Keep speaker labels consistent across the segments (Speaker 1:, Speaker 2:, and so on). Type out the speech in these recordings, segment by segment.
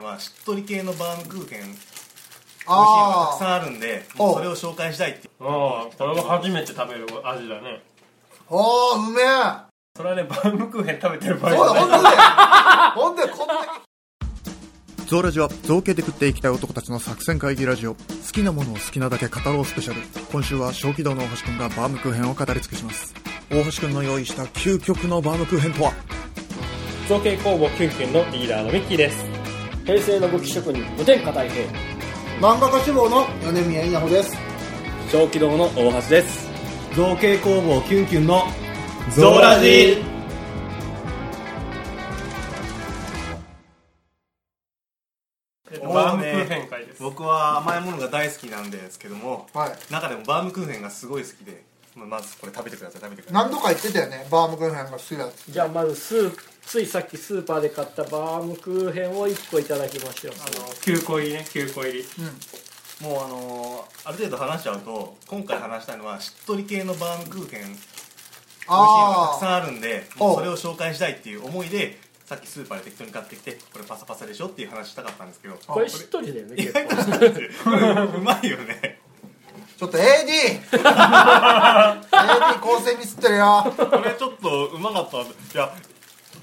Speaker 1: はしっとり系のバームクーヘン美味しいのがた
Speaker 2: あ
Speaker 1: くさ
Speaker 2: あ
Speaker 1: んあるんでもう
Speaker 2: お
Speaker 1: それを紹介したいっていう
Speaker 3: ああこれも初めて食べる味だね
Speaker 2: おーうめえ
Speaker 3: それはねバウムクーヘン食べてる場合
Speaker 2: そう
Speaker 3: じ
Speaker 2: だ
Speaker 3: ゃない
Speaker 2: 本当だよほんでこんなに
Speaker 4: ゾウラジは造形で食っていきたい男たちの作戦会議ラジオ好きなものを好きなだけ語ろうスペシャル今週は小気道の大橋くんがバームクーヘンを語り尽くします大橋くんの用意した究極のバームクーヘンとは
Speaker 5: 造形工房キュンキュンのリーダーのミッキーです
Speaker 6: 平成の武器職人無天下太平
Speaker 2: 漫画家志望の米宮稲穂です
Speaker 5: 小気道の大橋です
Speaker 6: 造形工房キュンキュンの
Speaker 5: ゾウラジ
Speaker 3: えっとバウムクーヘン会です
Speaker 1: 僕は甘いものが大好きなんですけども、
Speaker 2: はい
Speaker 1: 中でもバームクーヘンがすごい好きでまあまずこれ食べてください食べてくださ
Speaker 2: 何度か言ってたよねバームクーヘンが好きだって
Speaker 6: じゃあまずスーついさっきスーパーで買ったバームクーヘンを1個いただきましょう
Speaker 3: あの9個入りね9個入り
Speaker 1: いもうあのーある程度話しちゃうと今回話したいのはしっとり系のバームクーヘン美味しいのがたくさ
Speaker 2: あ
Speaker 1: んあるんでもう
Speaker 2: お
Speaker 1: それを紹介したいっていう思いでさっきスーパーで適当に買ってきてこれパサパサでしょっていう話したかったんですけど
Speaker 6: これしっとりだよね結構
Speaker 1: これうまいよね
Speaker 2: あちょっと AD AD 構成ミスってるよ
Speaker 1: これちょっとうまかったいや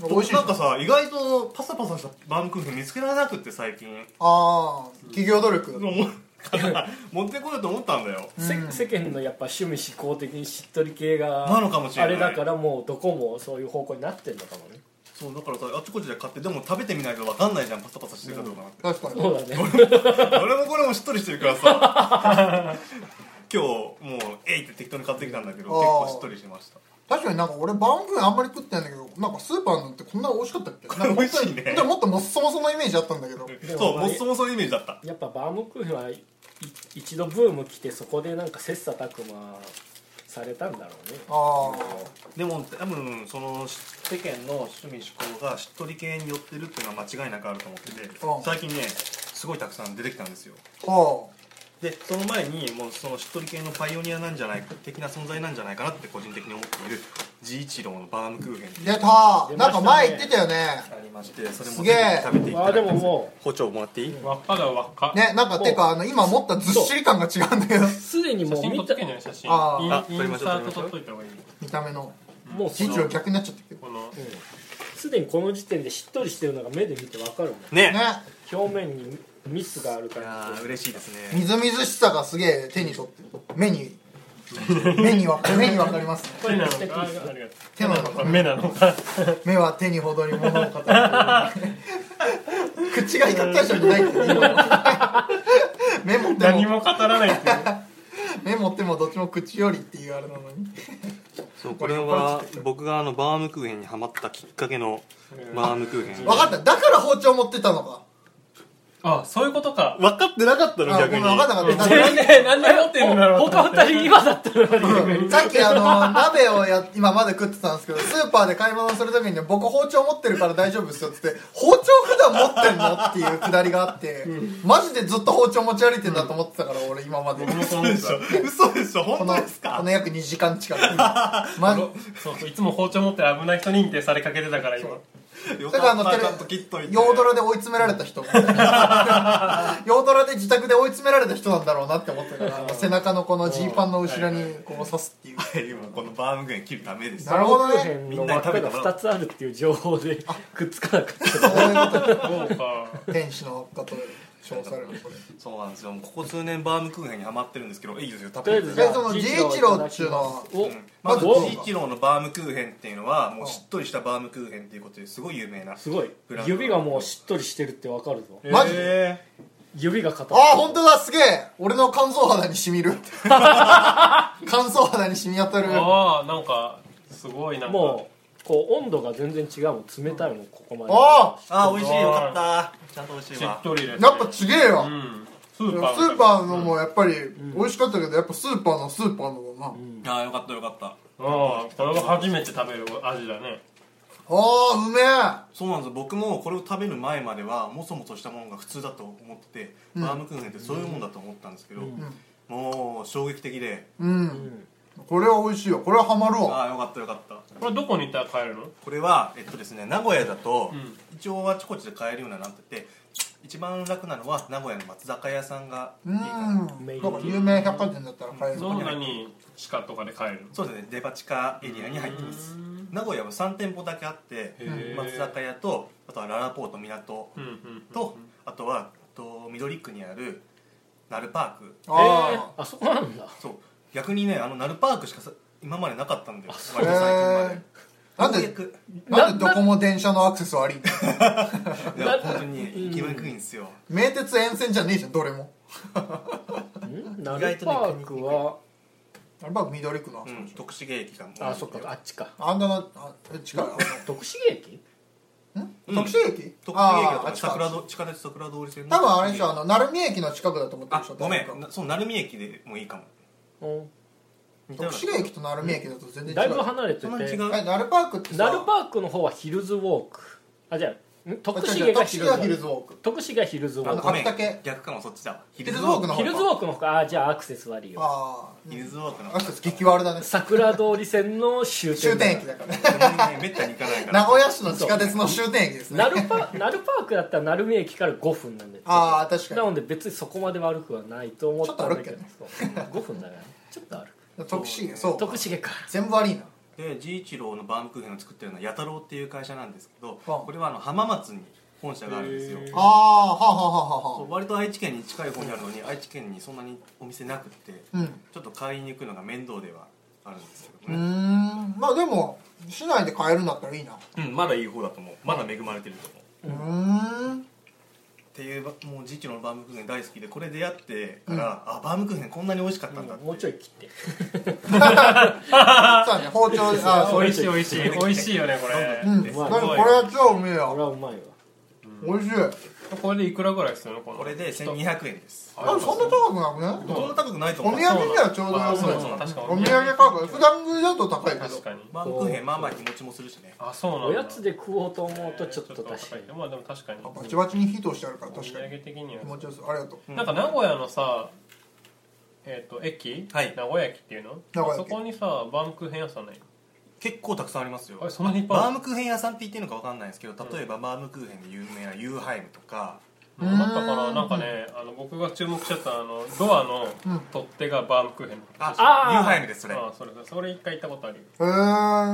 Speaker 2: 美味しい
Speaker 1: なんかさ意外とパサパサしたバームクーヘン見つけられなくって最近
Speaker 2: ああ企業努力
Speaker 1: もうから持ってこようと思ったんだよ
Speaker 6: せ世間のやっぱ趣味思考的にしっとり系が
Speaker 1: なのかもしれない
Speaker 6: あれだからもうどこもそういう方向になってんのかもね
Speaker 1: そうだからさあっちこっちで買ってでも食べてみないと分かんないじゃんパサパサしてるかどうかなって
Speaker 2: 確かに
Speaker 6: そうだね
Speaker 1: 俺もこれもしっとりしてるからさ 今日もうえいって適当に買ってきたんだけど結
Speaker 2: あー
Speaker 1: 構しっとりしてました
Speaker 2: 確かになんか俺バームクーヘンあんまり食ってないんだけどなんかスーパーのってこんな美味しかったっけなんか
Speaker 1: 美味しいね
Speaker 2: 本当にもっともっそもそのイメージあったんだけど
Speaker 6: も
Speaker 1: そう
Speaker 6: まあ
Speaker 1: もっそもそのイメージだった
Speaker 6: やっぱバームクーヘンはい一度ブーム来てそこでなんか切磋琢磨されたんだろうね
Speaker 2: あ
Speaker 1: でも多分その世間の趣味思考がしっとり系に寄ってるっていうのは間違いなくあると思ってて
Speaker 2: うん
Speaker 1: 最近ねすごいたくさん出てきたんですよ
Speaker 2: ああ
Speaker 1: でその前にもうそのしっとり系のパイオニアなんじゃない的な存在なんじゃないかなって個人的に思っている治一郎のバームクーヘン
Speaker 2: 出た
Speaker 6: 出ましたね
Speaker 2: なんか前言ってたよね
Speaker 1: ありましてそれも
Speaker 2: すげえ
Speaker 1: ぜひ食べていただきたい
Speaker 6: あーでもも
Speaker 1: 包丁もらっていい、
Speaker 3: 輪っかだ輪っか
Speaker 2: ねなんかてかあの今持ったずっしり感が違うんだけど
Speaker 6: すでに
Speaker 3: 写
Speaker 6: もう
Speaker 3: 真撮
Speaker 6: 見
Speaker 3: ったとけんじゃない写真
Speaker 2: あー
Speaker 3: イン
Speaker 1: あ撮
Speaker 3: イ
Speaker 1: り
Speaker 3: ン
Speaker 1: まし
Speaker 3: サ
Speaker 1: ょう
Speaker 3: ート撮っといた方がいい
Speaker 2: 見た目の
Speaker 6: もうそ
Speaker 2: 一
Speaker 6: の
Speaker 2: 郎逆になっちゃったけど
Speaker 3: この
Speaker 6: すでにこの時点でしっとりしてるのが目で見てわかるもん
Speaker 1: ね
Speaker 2: ね
Speaker 6: 表面にミスがあるか
Speaker 1: いや
Speaker 6: ら
Speaker 1: ー嬉しいですね
Speaker 2: みずみずしさがすげえ手に取ってる目に目にわ目にわかりますね
Speaker 6: こ
Speaker 3: 手
Speaker 6: れ
Speaker 3: なの
Speaker 6: 手
Speaker 3: かあありがとう
Speaker 2: 手の中
Speaker 3: 目なのか
Speaker 2: 目は手にほどに物を語る口が光った人じゃないけど今の目持って
Speaker 3: 何
Speaker 2: も
Speaker 3: も語らないっていう
Speaker 2: 目持ってもどっちも口よりっていうあれなのに
Speaker 7: そうこれは僕があのバームクーヘンにハマったきっかけのバームクーヘン
Speaker 2: 分かっただから包丁持ってたのか
Speaker 3: あそういうことか
Speaker 7: 分かってなかったの
Speaker 2: あご
Speaker 7: 逆
Speaker 2: めん
Speaker 7: に
Speaker 2: 分かんなかった
Speaker 3: 全然何で持ってんだろう
Speaker 6: 他二人今だったのに
Speaker 2: さっきあの鍋をや今まで食ってたんですけどスーパーで買い物するときにね僕包丁持ってるから大丈夫ですよって言って包丁普段持ってんのっていうくだりがあってマジでずっと包丁持ち歩いてんだと思ってたから俺今までこ
Speaker 3: 僕もそう思ってた
Speaker 1: 嘘でしょ
Speaker 2: の
Speaker 1: 本当ですか
Speaker 2: この約2時間近くマジ
Speaker 3: そうそういつも包丁持ってる危ない人認定されかけてたから今
Speaker 1: よ
Speaker 2: だからあ
Speaker 1: か
Speaker 2: の
Speaker 1: った
Speaker 2: テ
Speaker 1: ちゃんと切っとい
Speaker 2: レ
Speaker 1: て
Speaker 2: 洋ドラで追い詰められた人洋ドラで自宅で追い詰められた人なんだろうなって思ったから背中のこのジーパンの後ろにこう刺すっていう
Speaker 1: 今このバームクーヘン切るためです
Speaker 2: なるほどね
Speaker 6: バームクーヘンの輪っかが二つあるっていう情報でくっつかなかっ
Speaker 2: そういうこと
Speaker 3: そうか
Speaker 2: 天使の輪っかと称されるこれ
Speaker 1: そうなんですよもうここ数年バームクーヘンにハマってるんですけどいいですよ食
Speaker 6: たとりあ
Speaker 1: べて
Speaker 6: えず
Speaker 1: く
Speaker 6: じ
Speaker 1: だ
Speaker 6: ゃ
Speaker 1: さい
Speaker 2: え
Speaker 6: あ
Speaker 2: その
Speaker 6: 一郎いただきます
Speaker 2: ジー
Speaker 6: お
Speaker 1: まず
Speaker 2: まず
Speaker 1: 治一郎のバームクーヘンっていうのはもうしっとりしたバームクーヘンっていうことですごい有名な
Speaker 6: すごい指がもうしっとりしてるってわかるぞ
Speaker 2: マジ
Speaker 3: え
Speaker 6: 指が硬い
Speaker 2: ああ本当だすげえ俺の乾燥肌に染みる乾燥肌に染み当たる
Speaker 3: ーああなんかすごいなんか
Speaker 6: もうこう温度が全然違うもん冷たいもんここまで
Speaker 2: あ
Speaker 1: あー美味しいよかったちゃんと美味しい
Speaker 3: し
Speaker 1: わ
Speaker 3: っとりです
Speaker 2: やっぱちげえ
Speaker 3: う
Speaker 2: よ
Speaker 3: んス
Speaker 2: ス
Speaker 3: ーパー
Speaker 2: ーパーのもやっぱり美味しかったけどやっぱスーパーのスーパーのもな
Speaker 1: あーよかったよかった
Speaker 3: ああこれは初めて食べる味だね
Speaker 2: あーうめえ
Speaker 1: そうなんですよ僕もこれを食べる前まではもそもそしたものが普通だと思ってて、バームクーヘンってそういうもんだと思ったんですけど、もう衝撃的で、
Speaker 2: うん、これは美味しいよこれはハマる
Speaker 1: あ
Speaker 2: わ
Speaker 1: あよかったよかった
Speaker 3: これどこに行ったら買えるの
Speaker 1: これはえっとですね名古屋だと、
Speaker 3: ん
Speaker 1: 一応あちこちで買えるようになってて一番楽なのは名古屋の松坂屋さんがいい
Speaker 2: うん
Speaker 1: かな
Speaker 2: なんか有名百貨店だったら買える
Speaker 3: ゾーナに地下とかで買える
Speaker 1: そうですねデパ地下エリアに入ってます名古屋は3店舗だけあって松坂屋とあとはララポート港
Speaker 3: うんうん
Speaker 1: とあとはえっと緑区にあるナルパーク
Speaker 2: あ
Speaker 6: あそこなんだ
Speaker 1: そう逆にねあのナルパークしかさ今までなかったんだよ割
Speaker 2: う
Speaker 1: と最近まで
Speaker 2: へーなんで
Speaker 1: ようやく
Speaker 2: あなんでどこも電車のアクセス悪いんだよ
Speaker 1: いや本当にね行きにくいんですよ
Speaker 2: 名鉄沿線じゃねえじゃんどれも
Speaker 6: ん
Speaker 1: と
Speaker 6: ナ
Speaker 1: ね
Speaker 6: ルパークは
Speaker 2: あれば緑区のあ
Speaker 1: う
Speaker 2: そこ
Speaker 1: ん
Speaker 2: でしょ
Speaker 1: 徳重駅がもう
Speaker 6: あそっかあっちか
Speaker 2: あんだなあえ近いあ
Speaker 6: 徳重駅
Speaker 1: うん
Speaker 2: の特殊駅
Speaker 1: 徳重駅だと
Speaker 2: あ
Speaker 1: か
Speaker 2: ー近い
Speaker 1: 桜通地下鉄桜通り線の
Speaker 2: 多分あれでしょあの鳴海駅の近くだと思ってる
Speaker 1: あ
Speaker 2: でしょ
Speaker 1: ごめ
Speaker 2: 多分
Speaker 1: んなそう鳴海駅でもいいかも
Speaker 6: うん
Speaker 1: 似たよう
Speaker 2: 徳
Speaker 1: な
Speaker 2: 島駅と鳴海駅だと全然違う
Speaker 6: だいぶ離れて
Speaker 1: そんなに違
Speaker 6: て
Speaker 1: う
Speaker 2: えナルパークってさ
Speaker 6: ナルパークの方はヒルズウォークあじゃあん徳
Speaker 2: 違う違
Speaker 6: 重
Speaker 2: う
Speaker 6: が
Speaker 2: 徳
Speaker 6: ヒ
Speaker 2: 島
Speaker 6: ルズ
Speaker 2: がヒルズウ
Speaker 6: ウォー
Speaker 2: ォーク
Speaker 6: ク徳重がヒルズウォ
Speaker 1: あ
Speaker 6: ー
Speaker 2: の
Speaker 1: ごめん
Speaker 2: 秋田系
Speaker 1: 逆かもそっちだわヒ
Speaker 2: ヒルズウォークの
Speaker 6: ク
Speaker 2: 方か
Speaker 6: ヒルズウォークの方かあじゃあアクセス悪いよ
Speaker 2: ああ
Speaker 1: ヒルズウォークの
Speaker 2: アクセス激悪だね
Speaker 6: 桜通り線の終
Speaker 2: 終
Speaker 6: 点
Speaker 2: 点駅だからね
Speaker 1: めったに行かないから
Speaker 2: 名古屋市の地下鉄の終点駅ですね
Speaker 6: ナル パナルパークだったら鳴海駅から5分なんで
Speaker 2: ああ確か
Speaker 6: な
Speaker 2: に
Speaker 6: ので別にそこまで悪くはないと思ったんだけど
Speaker 2: ちょっ
Speaker 6: 5分だからちょっと歩く
Speaker 2: 徳島そう
Speaker 6: 徳重か
Speaker 2: 全部悪いな
Speaker 1: で治一郎のバームクーヘンを作ってるのは八太郎っていう会社なんですけど
Speaker 2: あ
Speaker 1: これはあの浜松に本社があるんですよ
Speaker 2: ああはあはあはあ
Speaker 1: そう
Speaker 2: は
Speaker 1: 割と愛知県に近い方にあるのに愛知県にそんなにお店なくって
Speaker 2: あうん
Speaker 1: ちょっと買いに行くのが面倒ではあるんですけ
Speaker 2: う
Speaker 1: ど
Speaker 2: ー
Speaker 1: ね
Speaker 2: んまあでも市内で買えるんだったらいいな
Speaker 1: うんまだいい方だと思うまだ恵まれてると思う
Speaker 2: うーん
Speaker 1: っていうもう治一郎のバームクーヘン大好きでこれ出会ってから、あバームクーヘンこんなに美味しかったんだって
Speaker 6: もうちょい切って
Speaker 2: そうだね包丁であそう
Speaker 3: 美味しい美味しい美味しいよねこれ
Speaker 2: うんでもこれは超うめえ
Speaker 6: これ
Speaker 2: よ
Speaker 6: はうまいわ
Speaker 2: 美味しい
Speaker 3: これでいくらぐらいですよねこの
Speaker 1: これで1200円です
Speaker 2: あれそんな高くなくね
Speaker 1: そんな高くないと
Speaker 2: お土
Speaker 1: 思う
Speaker 2: 産にはちょうどよ
Speaker 3: あそうだ
Speaker 2: い
Speaker 3: そうだ確か
Speaker 2: お土産価格普段食いだと高いけど
Speaker 3: 確かに
Speaker 1: バームクーヘンまあまあ日持ちもするしね
Speaker 3: あそうなんだ
Speaker 6: おやつで食おうと思うとちょっと確か
Speaker 3: え
Speaker 6: に
Speaker 3: ーちょっと高いけどまあでも確かに
Speaker 2: バチバチに火通してあるから
Speaker 3: お
Speaker 2: 確
Speaker 3: 土
Speaker 2: かに
Speaker 3: 産的には
Speaker 2: 気持ちよさそうありがとう
Speaker 3: なんか名古屋のさえっと駅
Speaker 1: はい
Speaker 3: 名古屋駅っていうの
Speaker 2: 名古屋
Speaker 3: あ
Speaker 2: 駅
Speaker 3: そこにさバームクーヘン屋さんない
Speaker 1: 結構たくさんありますよ
Speaker 3: あれそんなにいっぱいある
Speaker 1: バームクーヘン屋さんって言っていいのか分かんないですけど例えばバームクーヘンで有名なユーハイムとか
Speaker 2: ん
Speaker 3: あったかななんかねあの僕が注目しちゃったあのドアの取っ手がバームクーヘンの
Speaker 1: あ
Speaker 6: あー
Speaker 1: ユーハイムですそれ
Speaker 3: あそれそれそれ一回行ったことあるよ
Speaker 2: へ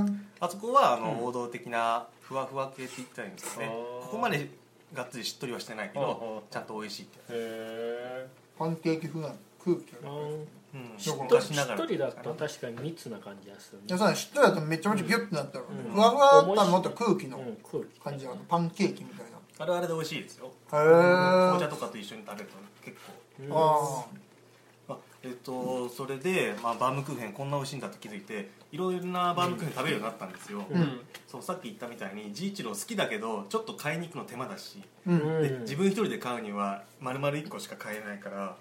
Speaker 2: ー
Speaker 1: あそこはあの王道的なふわふわ系って言ったらいいんですかね
Speaker 3: あー
Speaker 1: ここまでがっつりしっとりはしてないけ
Speaker 3: うんうん
Speaker 1: どちゃんと美味しいってや
Speaker 3: へ
Speaker 2: パンケーキ風なの空気
Speaker 6: う
Speaker 2: が
Speaker 6: ん
Speaker 1: つ
Speaker 2: しっと
Speaker 1: うん
Speaker 2: り
Speaker 1: 昔
Speaker 6: し
Speaker 1: ながら
Speaker 6: っとりだと確かに密な感じがする
Speaker 2: いや
Speaker 6: ね
Speaker 2: そうだねしっとりだとめちゃめちゃギュッてなったの、
Speaker 6: うん
Speaker 2: ふわふわだったらもっと空気
Speaker 6: う
Speaker 2: の
Speaker 6: ん空気
Speaker 2: 感じがあるパンケーキみたいな
Speaker 1: あれはあれで美味しいですよ
Speaker 2: へ
Speaker 1: 紅
Speaker 2: え
Speaker 1: 茶とかと一緒に食べると結構
Speaker 6: うん
Speaker 2: あ
Speaker 1: あえっとそれで、まあ、バームクーヘンこんな美味しいんだって気づいていろいろなバームクーヘン食べるようになったんですよ、
Speaker 2: ーうん
Speaker 1: そうさっき言ったみたいに治一郎好きだけどちょっと買いに行くの手間だし、
Speaker 2: うん、
Speaker 6: うん
Speaker 1: で自分一人で買うには丸々1個しか買えないから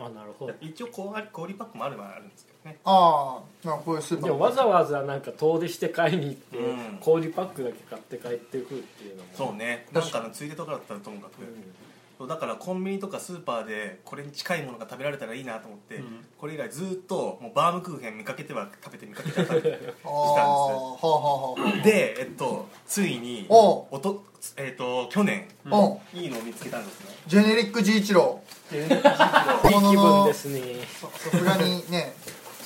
Speaker 6: あなるほど
Speaker 1: 一応氷氷パックもあるはあるんですけどね
Speaker 2: ああなんかこういうスーパ
Speaker 6: でも
Speaker 2: ー
Speaker 6: わざわざなんか遠出して買いに行って、
Speaker 1: うん
Speaker 6: 氷パックだけ買って帰ってくるっていうのも
Speaker 1: そうねなんかのついでとかだったらともかく、そうだからコンビニとかスーパーでこれに近いものが食べられたらいいなと思って、
Speaker 3: ん
Speaker 1: これ以来ずっともうバームクーヘン見かけては食べて見かけては 食べて
Speaker 2: ああはあはあは
Speaker 1: で、えっと、ついに
Speaker 2: おう
Speaker 1: おと、えっと、去年
Speaker 2: あ、うん、
Speaker 1: いいのを見つけたんですね
Speaker 2: ジェネリック G 一郎
Speaker 6: いい気分ですね
Speaker 2: ささすがにね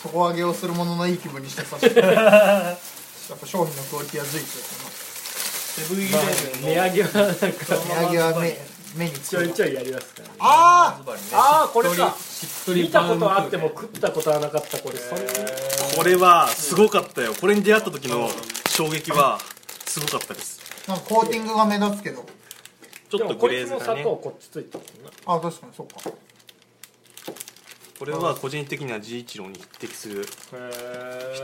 Speaker 2: 底上げをするもののいい気分にしてさせてやっぱ商品のクオリティは随一です
Speaker 1: セブンイレ
Speaker 6: まあ
Speaker 1: ブ
Speaker 6: 値
Speaker 1: ンの
Speaker 6: 上げはなんか
Speaker 2: よ値上げは目目につ
Speaker 6: ちょい
Speaker 2: く
Speaker 6: ちょいやりますからね
Speaker 2: あ
Speaker 1: ズバリね
Speaker 6: ああこれか
Speaker 3: っ
Speaker 6: 見たことあっても食ったことはなかったこれそれ
Speaker 1: これはすごかったよこれに出会った時の衝撃はすごかったです
Speaker 2: あなんかコーティングが目立つけど
Speaker 1: ち
Speaker 6: で
Speaker 1: ょっ
Speaker 6: も
Speaker 1: と
Speaker 6: こ
Speaker 1: グレ
Speaker 6: れ
Speaker 1: ー
Speaker 6: も
Speaker 1: ズが
Speaker 6: 砂
Speaker 1: ね
Speaker 6: 糖こっちついてるもんな
Speaker 2: ああ確かにそうか
Speaker 1: これは個人的には治一郎に匹敵するし
Speaker 3: し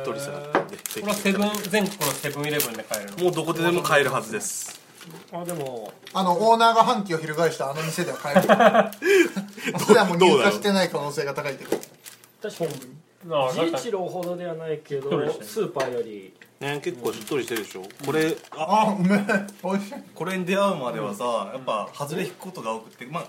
Speaker 1: っとりさだった
Speaker 3: こ
Speaker 1: んで
Speaker 3: れはセブン全国のセブンイレブンで買えるの
Speaker 1: もうどこででも買えるはずです
Speaker 6: あでも
Speaker 2: あのオーナーが反旗を翻したあの店では買えるあそれはもう入荷してない可能性が高いけど
Speaker 6: 確かに
Speaker 3: あ
Speaker 6: 治一郎ほどではないけど
Speaker 3: そうですね
Speaker 6: スーパーより
Speaker 7: ね結構しっとりしてるでしょ、これあ
Speaker 2: あうめえ美味しい
Speaker 1: これに出会うまではさやっぱ外れ引くことが多くてまあ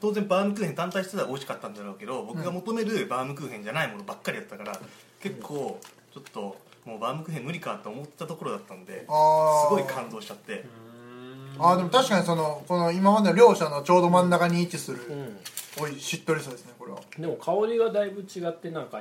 Speaker 1: 当然バームクーヘン単体してたら美味しかったんだろうけど僕が求めるバームクーヘンじゃないものばっかりやったから結構ちょっともうバームクーヘン無理かと思ったところだったんで
Speaker 2: ああ
Speaker 1: すごい感動しちゃって
Speaker 3: うーん
Speaker 2: あでも確かにそのこの今までの両者のちょうど真ん中に位置する、おいしっとりさですねこれは
Speaker 6: でも香りがだいぶ違ってなんか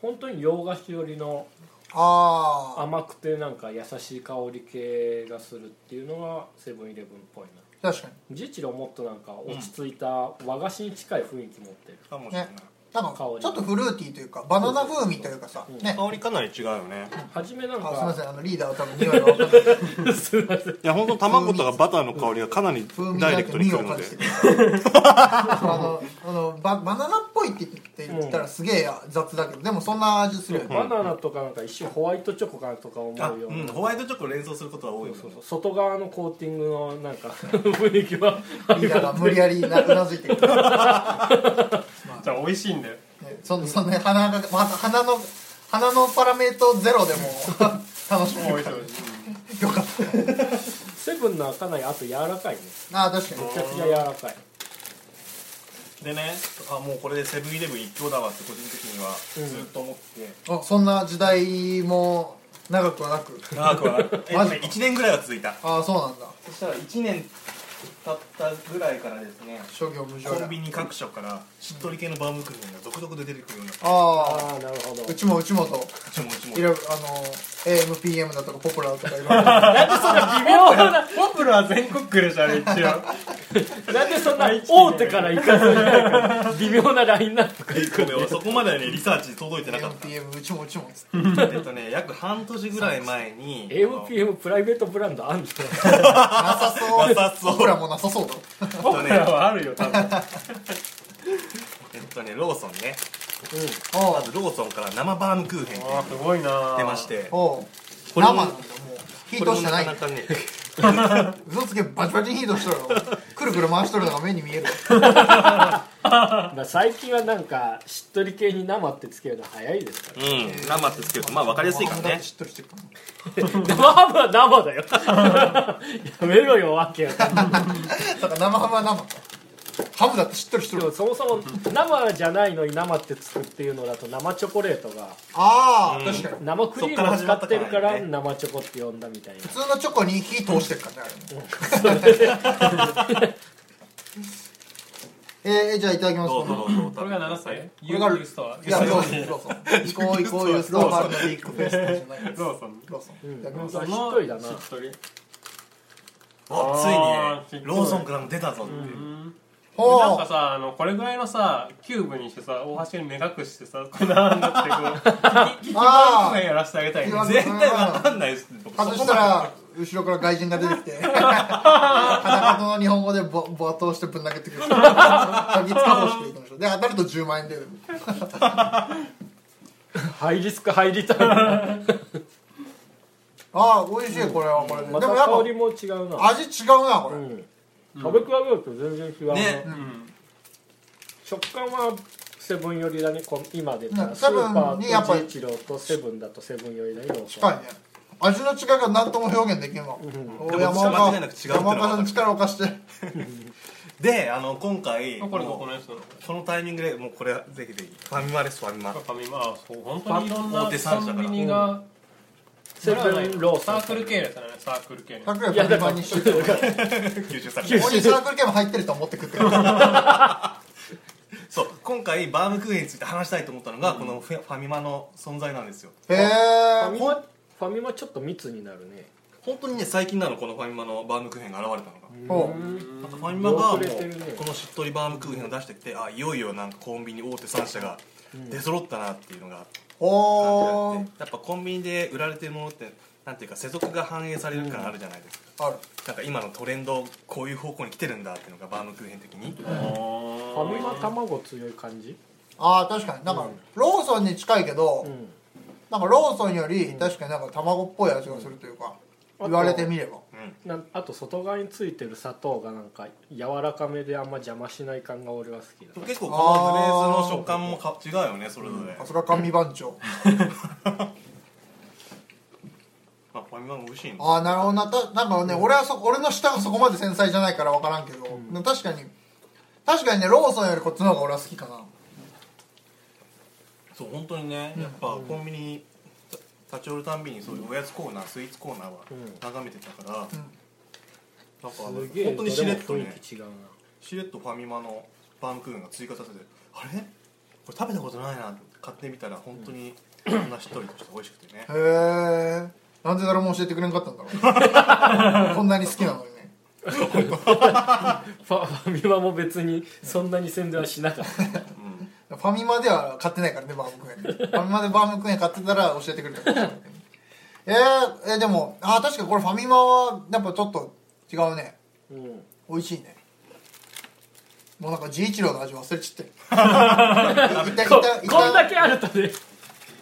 Speaker 6: 本当に洋菓子寄りの
Speaker 2: ああ
Speaker 6: 甘くてなんか優しい香り系がするっていうのがセブンイレブンっぽいな
Speaker 2: 確かに
Speaker 6: ジチロもっとなんか落ち着いた和菓子に近い雰囲気持ってる、
Speaker 1: かもしれない
Speaker 2: ねなんかち
Speaker 6: 香
Speaker 2: ょ
Speaker 6: り
Speaker 2: っとフルーティーというかバナナ風味というかさ、ね
Speaker 7: 香りかなり違うよね
Speaker 6: 初めなん
Speaker 2: あすみませ
Speaker 6: か
Speaker 2: んあのリーダーは多分匂いが分かんない
Speaker 6: すいません
Speaker 7: いや本当卵とかバターの香りがかなり
Speaker 2: 風味
Speaker 7: ダ
Speaker 2: だ
Speaker 7: イレ
Speaker 2: け
Speaker 7: クトに
Speaker 2: 匂
Speaker 7: くる
Speaker 2: いを
Speaker 7: の
Speaker 2: 感
Speaker 7: で
Speaker 2: じてくるあのあのババナナっぽいって言って言ったらすげえ雑だけどでもそんな味するよね、
Speaker 6: バナナとかなんか一瞬ホワイトチョコかなとか思
Speaker 1: あ
Speaker 6: うような、
Speaker 1: うんホワイトチョコを連想することは多いよね
Speaker 6: そうそう外側のコーティングのなんか 雰囲気はあ
Speaker 2: リ
Speaker 6: る
Speaker 2: ーダ
Speaker 6: か
Speaker 2: ーが
Speaker 6: ら
Speaker 2: 無理やりなうなずいてくる、ね、
Speaker 3: じゃあ美味しいんだよ
Speaker 2: そんそんな鼻が、ま、鼻の鼻のパラメートゼロでも 楽しめ
Speaker 3: 美
Speaker 2: る
Speaker 3: 味し
Speaker 2: か
Speaker 3: い
Speaker 2: ら
Speaker 3: 美味しい
Speaker 2: よかっ
Speaker 6: セブンのはかなりあと柔らかいね
Speaker 2: たあー確かに
Speaker 6: めちゃくちゃ柔らかい
Speaker 1: でねあもうこれでセブンイレブン一強だわって個人的にはずっと思ってて、
Speaker 2: あそんな時代も長くはなく
Speaker 1: 長くはなくえっと
Speaker 2: マジ
Speaker 1: ね1年ぐらいは続いた
Speaker 2: ああそうなんだ
Speaker 1: そしたら1年経ったぐらいからですね
Speaker 2: 諸行無常
Speaker 1: コ
Speaker 2: だ
Speaker 1: ンビニ各所からしっとり系のバームクーヘンが続々で出てくるようになった
Speaker 2: ああ
Speaker 6: ああなるほど
Speaker 2: うちもうちもと
Speaker 1: うちもうちも
Speaker 2: いろいろあの AMPM だとかポプラーとかいろいろ
Speaker 3: ポプラは全国区でしょあれ一応
Speaker 6: なんでそんな大手から行かずになんか微妙なラインナッ プがいく
Speaker 1: ごめん俺そこまではねリサーチ届いてなかっ
Speaker 2: AMPM うちもうちもっつって
Speaker 1: たえっとね約半年ぐらい前に
Speaker 6: AMPM プライベートブランドあんの
Speaker 2: なさそう
Speaker 1: なさそう
Speaker 2: ポプラもなさそうだ
Speaker 1: あのえっと
Speaker 3: ポプ
Speaker 1: ね
Speaker 3: ラはあるよ多分
Speaker 1: えっとねローソンね
Speaker 2: お
Speaker 1: まずローソンから生バームクーヘンっていうの
Speaker 3: あ
Speaker 1: が
Speaker 3: ーすごいな
Speaker 1: 出まして
Speaker 2: うおう
Speaker 7: こ
Speaker 2: 生
Speaker 7: れ
Speaker 2: なん
Speaker 7: も
Speaker 2: だもう火
Speaker 7: これ
Speaker 2: 通
Speaker 7: も
Speaker 2: して
Speaker 7: な
Speaker 2: な
Speaker 7: か
Speaker 2: い
Speaker 7: なかね
Speaker 2: 嘘つけバチバチに火通しとるよくるくる回しとるのが目に見える
Speaker 6: まあ最近はなんかしっとり系に生ってつけるの早いです から
Speaker 7: うん生ってつけるとまあ分かりやすいからね
Speaker 2: しっとりしてるから
Speaker 6: 生ハムは生だよやめろよわけよ
Speaker 2: だから生ハムは生ハムだってしっとりして
Speaker 6: で
Speaker 2: る
Speaker 6: もそもそも生じゃないのに生ってつくっていうのだと生チョコレートが
Speaker 2: ああ確かに
Speaker 6: 生クリームを使ってるか
Speaker 1: そっから始まったから
Speaker 6: ら
Speaker 1: ね
Speaker 6: 生チョコって呼んだみたいな
Speaker 2: 普通のチョコに火通してるからねあれねえー、じゃあいただきます
Speaker 1: どうぞどうぞ
Speaker 3: これが7歳ユ
Speaker 2: れが
Speaker 3: ーストア
Speaker 2: いや、ローソン、ローソン。行こう行こう、ユーストアパークのビッグフェスタじゃないです。
Speaker 3: ローソン
Speaker 2: ローソン。いただき
Speaker 6: 本
Speaker 2: ます
Speaker 6: 当はしっとりだな
Speaker 3: しっとり
Speaker 1: お
Speaker 3: あー
Speaker 1: ついに
Speaker 3: しっとり
Speaker 1: ねローソンからも出たぞっていう
Speaker 3: なん
Speaker 2: ほ
Speaker 3: か
Speaker 2: う。
Speaker 3: さあのこれぐらいのさキューブにしてさ大橋に目隠してさこんなんだってこうキキキバン クやらせてあげたいね
Speaker 2: あー
Speaker 1: 絶対わかんないです僕
Speaker 2: 外したら、後ろから外人が出てきて、裸の日本語でぼ罵倒してぶん投げてくる。鍵つかほしていきましょう。で、当たると10万円出る。
Speaker 6: ハイリスクハイリターン
Speaker 2: ああ、美味しい、これはこれで。
Speaker 6: ま
Speaker 2: で
Speaker 6: た
Speaker 2: も
Speaker 6: 香り
Speaker 2: やっ
Speaker 6: も違うな
Speaker 2: ぱ、味違うな、こ
Speaker 6: う
Speaker 2: れ。
Speaker 6: ん食べ比べると全然違うな
Speaker 1: ね
Speaker 6: 食感はセブン寄りだねこん今で言
Speaker 2: う
Speaker 6: ったら
Speaker 2: ん
Speaker 6: スーパ
Speaker 2: セブンにやっぱ
Speaker 6: ー
Speaker 2: り
Speaker 6: とジイチローとセブンだとセブン寄りだよ
Speaker 2: 近いね。味の違いが何とも表現できんわ。お山
Speaker 1: 間違いな
Speaker 2: 岡
Speaker 1: く違うって、のは
Speaker 2: 山岡さん力を貸して。
Speaker 1: であの今回
Speaker 3: これど
Speaker 1: も
Speaker 3: こ
Speaker 1: う
Speaker 3: のやつなの
Speaker 1: このタイミングでもうこれはぜひぜひファミマですファミマ
Speaker 3: ファミマそう本当にいろん
Speaker 1: 大
Speaker 3: な
Speaker 1: 手三社だ
Speaker 3: コン
Speaker 1: から
Speaker 3: ビニが
Speaker 6: セブンロー
Speaker 3: サ
Speaker 6: ソン
Speaker 3: ークル系列だねサークル系列
Speaker 2: 桜
Speaker 6: いや
Speaker 2: 井
Speaker 6: だ
Speaker 2: パ
Speaker 6: から
Speaker 2: パにしといて。
Speaker 1: 吸収され
Speaker 6: 吸
Speaker 1: て
Speaker 6: 収
Speaker 2: ここにサークル系も入ってると思って食ってください。
Speaker 1: そう今回バームクーヘンについて話したいと思ったのが、このフェファミマの存在なんですよ
Speaker 2: へ
Speaker 6: ファミ
Speaker 2: え
Speaker 6: マファミマちょっと密になるね
Speaker 1: 本当にね最近なのこのファミマのバームクーヘンが現れたのが、
Speaker 2: ほ
Speaker 1: なんかファミマがも
Speaker 6: よく売れてるね
Speaker 1: うこのしっとりバームクーヘンを出してきて、あいよいよなんかコンビニ大手3社が出揃ったなっていうのが
Speaker 2: うお
Speaker 1: 感
Speaker 2: ー
Speaker 1: じてやっぱコンビニで売られてるものってなんていうか世俗が反映される感あるじゃないですか、
Speaker 2: ある
Speaker 1: なんか今のトレンドこういう方向に来てるんだっていうのがバームクーヘン的に、
Speaker 6: ファミマ卵強い感じ
Speaker 2: あー確かになんかローソンに近いけど、
Speaker 6: ん
Speaker 2: なんかローソンより確かになんか卵っぽい味がするというか、
Speaker 6: うん
Speaker 2: 言われてみれば
Speaker 6: なんあと外側についてる砂糖がなんか柔らかめであんま邪魔しない感が俺は好きだ
Speaker 1: 結構このフレーズの食感もか違うよねそれぞれ、ま
Speaker 2: さすが神番長
Speaker 1: あ、ファミマも美味しいの
Speaker 2: ああなるほどなたなんかね、俺はそ俺の舌がそこまで繊細じゃないから分からんけど、でも確かに確かにねローソンよりこっちの方が俺は好きかな
Speaker 1: そう本当にねやっぱコンビニた立ち寄るたんびにそういうおやつコーナースイーツコーナーは眺めてたから、なんかあの
Speaker 6: す
Speaker 1: 本
Speaker 6: げえ
Speaker 1: 当にしれっと
Speaker 6: どれも
Speaker 1: ね
Speaker 6: 雰囲気違うな
Speaker 1: しれっとファミマのバームクーヘンが追加させてあれこれ食べたことないなって買ってみたら本当にこんなしっとりとして美味しくてね
Speaker 2: へえなんで誰も教えてくれなかったんだろうこんなに好きなのにね
Speaker 6: ファファミマも別にそんなに宣伝はしな かった
Speaker 2: ファミマでは買ってないからねバームクーヘンファミマでバームクーヘン買ってたら教えてくれたかもしれないえー、えーでもあー確かにこれファミマはやっぱちょっと違うね
Speaker 6: うん
Speaker 2: 美味しいねもうなんか治一郎の味忘れ ちゃって一旦
Speaker 6: こ
Speaker 2: 一
Speaker 6: こんだ
Speaker 2: 旦
Speaker 6: けあるとね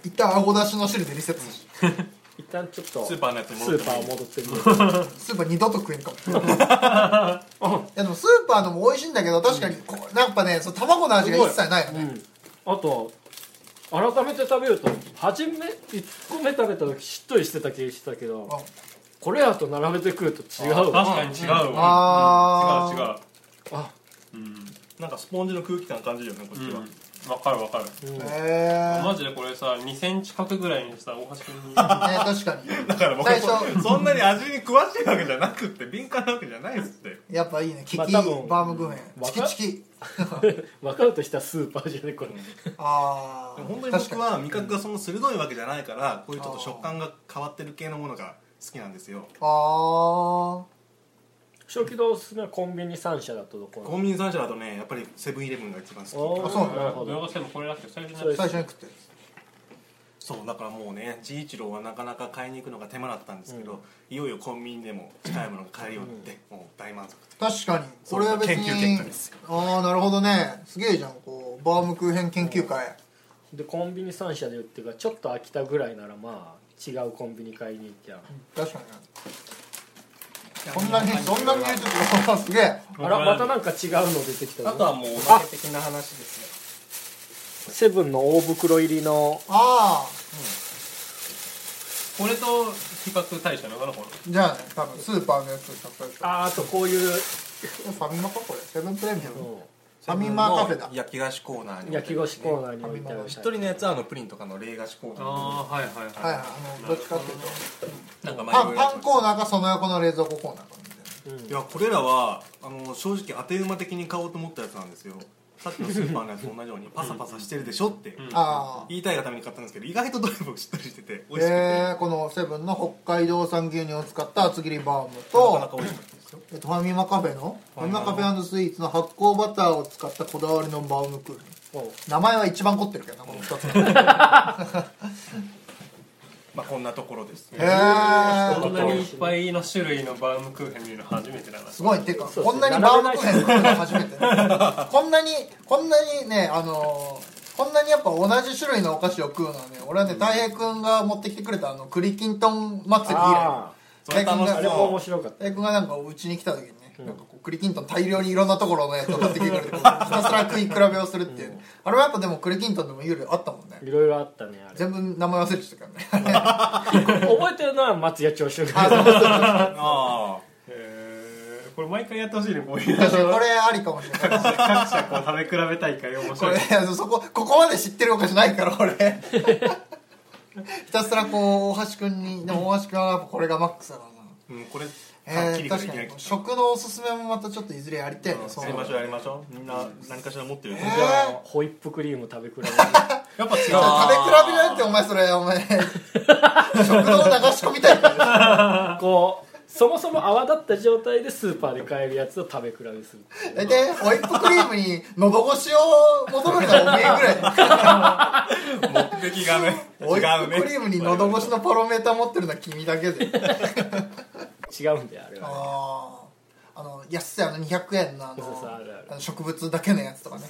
Speaker 2: 一旦あごだしの汁でリセットする
Speaker 6: 一旦ちょっと
Speaker 1: ス
Speaker 6: ス
Speaker 1: ー
Speaker 6: ー
Speaker 1: パーのやつに戻って
Speaker 6: パ
Speaker 1: もい
Speaker 6: ー
Speaker 1: い
Speaker 6: 戻ってみよう
Speaker 2: スーパー二度と食えんか もいやでもスーパーのも美味しいんだけど確かにこうやっぱねその卵の味が一切ないよ
Speaker 6: う
Speaker 2: ね
Speaker 6: んあと改めて食べると初め1個目食べた時しっとりしてた気がしてたけど
Speaker 2: あ
Speaker 6: これらと並べてくると違うわ
Speaker 3: 確かに違うわ
Speaker 2: あ
Speaker 3: 違う
Speaker 2: ー
Speaker 3: 違う
Speaker 6: あ
Speaker 3: うん
Speaker 1: なんかスポンジの空気感感じるよねこっちは、
Speaker 3: うんわかるわかる
Speaker 6: うん
Speaker 2: へー
Speaker 3: マジでこれさ2センチ角ぐらいにした大橋君に
Speaker 2: ね確かに
Speaker 1: だから僕
Speaker 2: 最初
Speaker 1: もそんなに味に詳しいわけじゃなくって敏感なわけじゃないっすって
Speaker 2: やっぱいいねキキ、
Speaker 6: まあ多分
Speaker 2: バームクーヘン
Speaker 6: わ
Speaker 2: チ
Speaker 6: か
Speaker 2: キチキ
Speaker 6: 分かるとしたらスーパーじゃねこれ
Speaker 2: あ
Speaker 1: で
Speaker 2: あ
Speaker 1: も本当に
Speaker 2: 確
Speaker 1: 僕
Speaker 2: か
Speaker 1: は味覚がそんな鋭いわけじゃないからこういうちょっと食感が変わってる系のものが好きなんですよ
Speaker 2: あ
Speaker 6: 小気道おすすめはコンビニ3社だとどこ
Speaker 1: コンビニ三社だとねやっぱりセブンイレブンが一番好き
Speaker 6: お
Speaker 2: あそうな
Speaker 6: ー
Speaker 2: んだ
Speaker 6: なるほ
Speaker 3: どう
Speaker 6: ど
Speaker 3: してもこれだけど最初
Speaker 6: それ
Speaker 2: あ最初に食ってる
Speaker 1: そうだからもうね治一郎はなかなか買いに行くのが手間だったんですけど、いよいよコンビニでも近いものが買えるようになって、もう大満足
Speaker 2: 確かに
Speaker 1: そ
Speaker 2: こ
Speaker 1: う
Speaker 2: れは別に
Speaker 1: 研究結果です
Speaker 2: ああなるほどねすげえじゃんこうバームクーヘン研究会
Speaker 6: でコンビニ3社で売ってるからちょっと飽きたぐらいならまあ違うコンビニ買いに行きゃ
Speaker 2: 確かにそんなにそんなに言うと あーすげえ
Speaker 6: あらまたなんか違うの出てきた
Speaker 3: あ
Speaker 6: ぞ
Speaker 3: とはもうおまけ的な話です
Speaker 6: セブンの大袋入りの
Speaker 2: ああ
Speaker 3: よこれと比較対象なのかなこれ
Speaker 2: じゃあね多分スーパーのやつ買ったやつ
Speaker 6: あーあとこういう
Speaker 2: ファミマかこれセブンプレミアムフ
Speaker 1: フ
Speaker 2: ァミマカフェだ
Speaker 1: 焼き菓子コーナーに
Speaker 6: 焼き菓子コー
Speaker 1: ー
Speaker 6: ナーに置いてあるし
Speaker 1: 一人のやつはあのプリンとかの冷菓子コーナー
Speaker 3: ああはいはい
Speaker 2: はい
Speaker 3: は
Speaker 2: はいあのどっちかっていうと
Speaker 1: なんか
Speaker 2: パンパンコーナーかその横の冷蔵庫コーナーかみたいない
Speaker 1: やこれらはあの正直当て馬的に買おうと思ったやつなんですよさっきのスーパーのやつと同じようにパサパサしてるでしょって
Speaker 2: ああ
Speaker 1: 言いたいがために買ったんですけど意外とどれもしっとりしてて美味しくて、
Speaker 2: えー、このセブンの北海道産牛乳を使った厚切りバーム
Speaker 1: なかなか
Speaker 2: と
Speaker 1: 美味しかったですよ
Speaker 2: えっとファミマカフェのファミマカフ
Speaker 1: ファ
Speaker 2: ェスイーツの発酵バターを使ったこだわりのバウムクーヘン
Speaker 6: おう
Speaker 2: 名前は一番凝ってるけどなこの2つの
Speaker 1: まあこんなところですね
Speaker 2: へー
Speaker 3: いこんなにいっぱいの種類のバウムクーヘン見るの初めてだな
Speaker 2: すごいてか
Speaker 6: そう
Speaker 2: こんなにバームクーヘン作るの初め て、こんなにこんなにねあのーこんなにやっぱ同じ種類のお菓子を食うのはね俺はねたい平君が持ってきてくれたあの栗きんとん祭り以来
Speaker 6: あ
Speaker 1: それ楽し
Speaker 6: ーあれも面白かった
Speaker 2: 大君がなんかうちに来た時にね、なんかこう栗きんとん大量にいろんなところのやつを買ってきてくれてこうひたすら食い比べをするっていう、あれはやっぱでも栗きんとんでも有料あったもんね
Speaker 6: いろいろあったねあれ
Speaker 2: 全部名前忘れてたからね
Speaker 6: 覚えてるのは松屋朝食
Speaker 2: あそうそう
Speaker 1: ああ
Speaker 3: へえこれ毎回やってほしいねこういう
Speaker 2: 確かにこれありかもしれない
Speaker 3: 各社こう食べ比べたいから面
Speaker 2: こ
Speaker 3: 白い
Speaker 2: れあのそこここまで知ってるお菓子ないから俺ひたすらこう大橋君にでも大橋君はやっぱこれがマックスだからな
Speaker 1: うんこれはっ
Speaker 2: え
Speaker 1: き
Speaker 2: ー、
Speaker 1: りからい
Speaker 2: 確
Speaker 1: き
Speaker 2: か
Speaker 1: なり
Speaker 2: に食のおすすめもまたちょっといずれやりたいね、
Speaker 1: うん
Speaker 2: そ
Speaker 1: やり
Speaker 2: の
Speaker 1: ましょうやりましょうみんな何かしら持ってるよね
Speaker 2: えー
Speaker 6: じゃあホイップクリーム食べ比べる
Speaker 3: やっぱ違う
Speaker 2: 食べ比べなんてお前それお前食堂流し込みたいから
Speaker 6: こうそもそも泡立った状態でスーパーで買えるやつを食べ比べする
Speaker 2: 大体ホイップクリームに喉越しを求めるのがおめえぐらい
Speaker 1: 目的がね
Speaker 2: ホイ
Speaker 1: 違
Speaker 2: ッ
Speaker 1: う
Speaker 2: プクリ
Speaker 1: ね
Speaker 2: ームに喉越しのパロメーター持ってるのは君だけで
Speaker 6: 違うんだよあれは
Speaker 2: あああの安いあの200円のあの
Speaker 6: そうそうあるある
Speaker 2: あの植物だけのやつとかね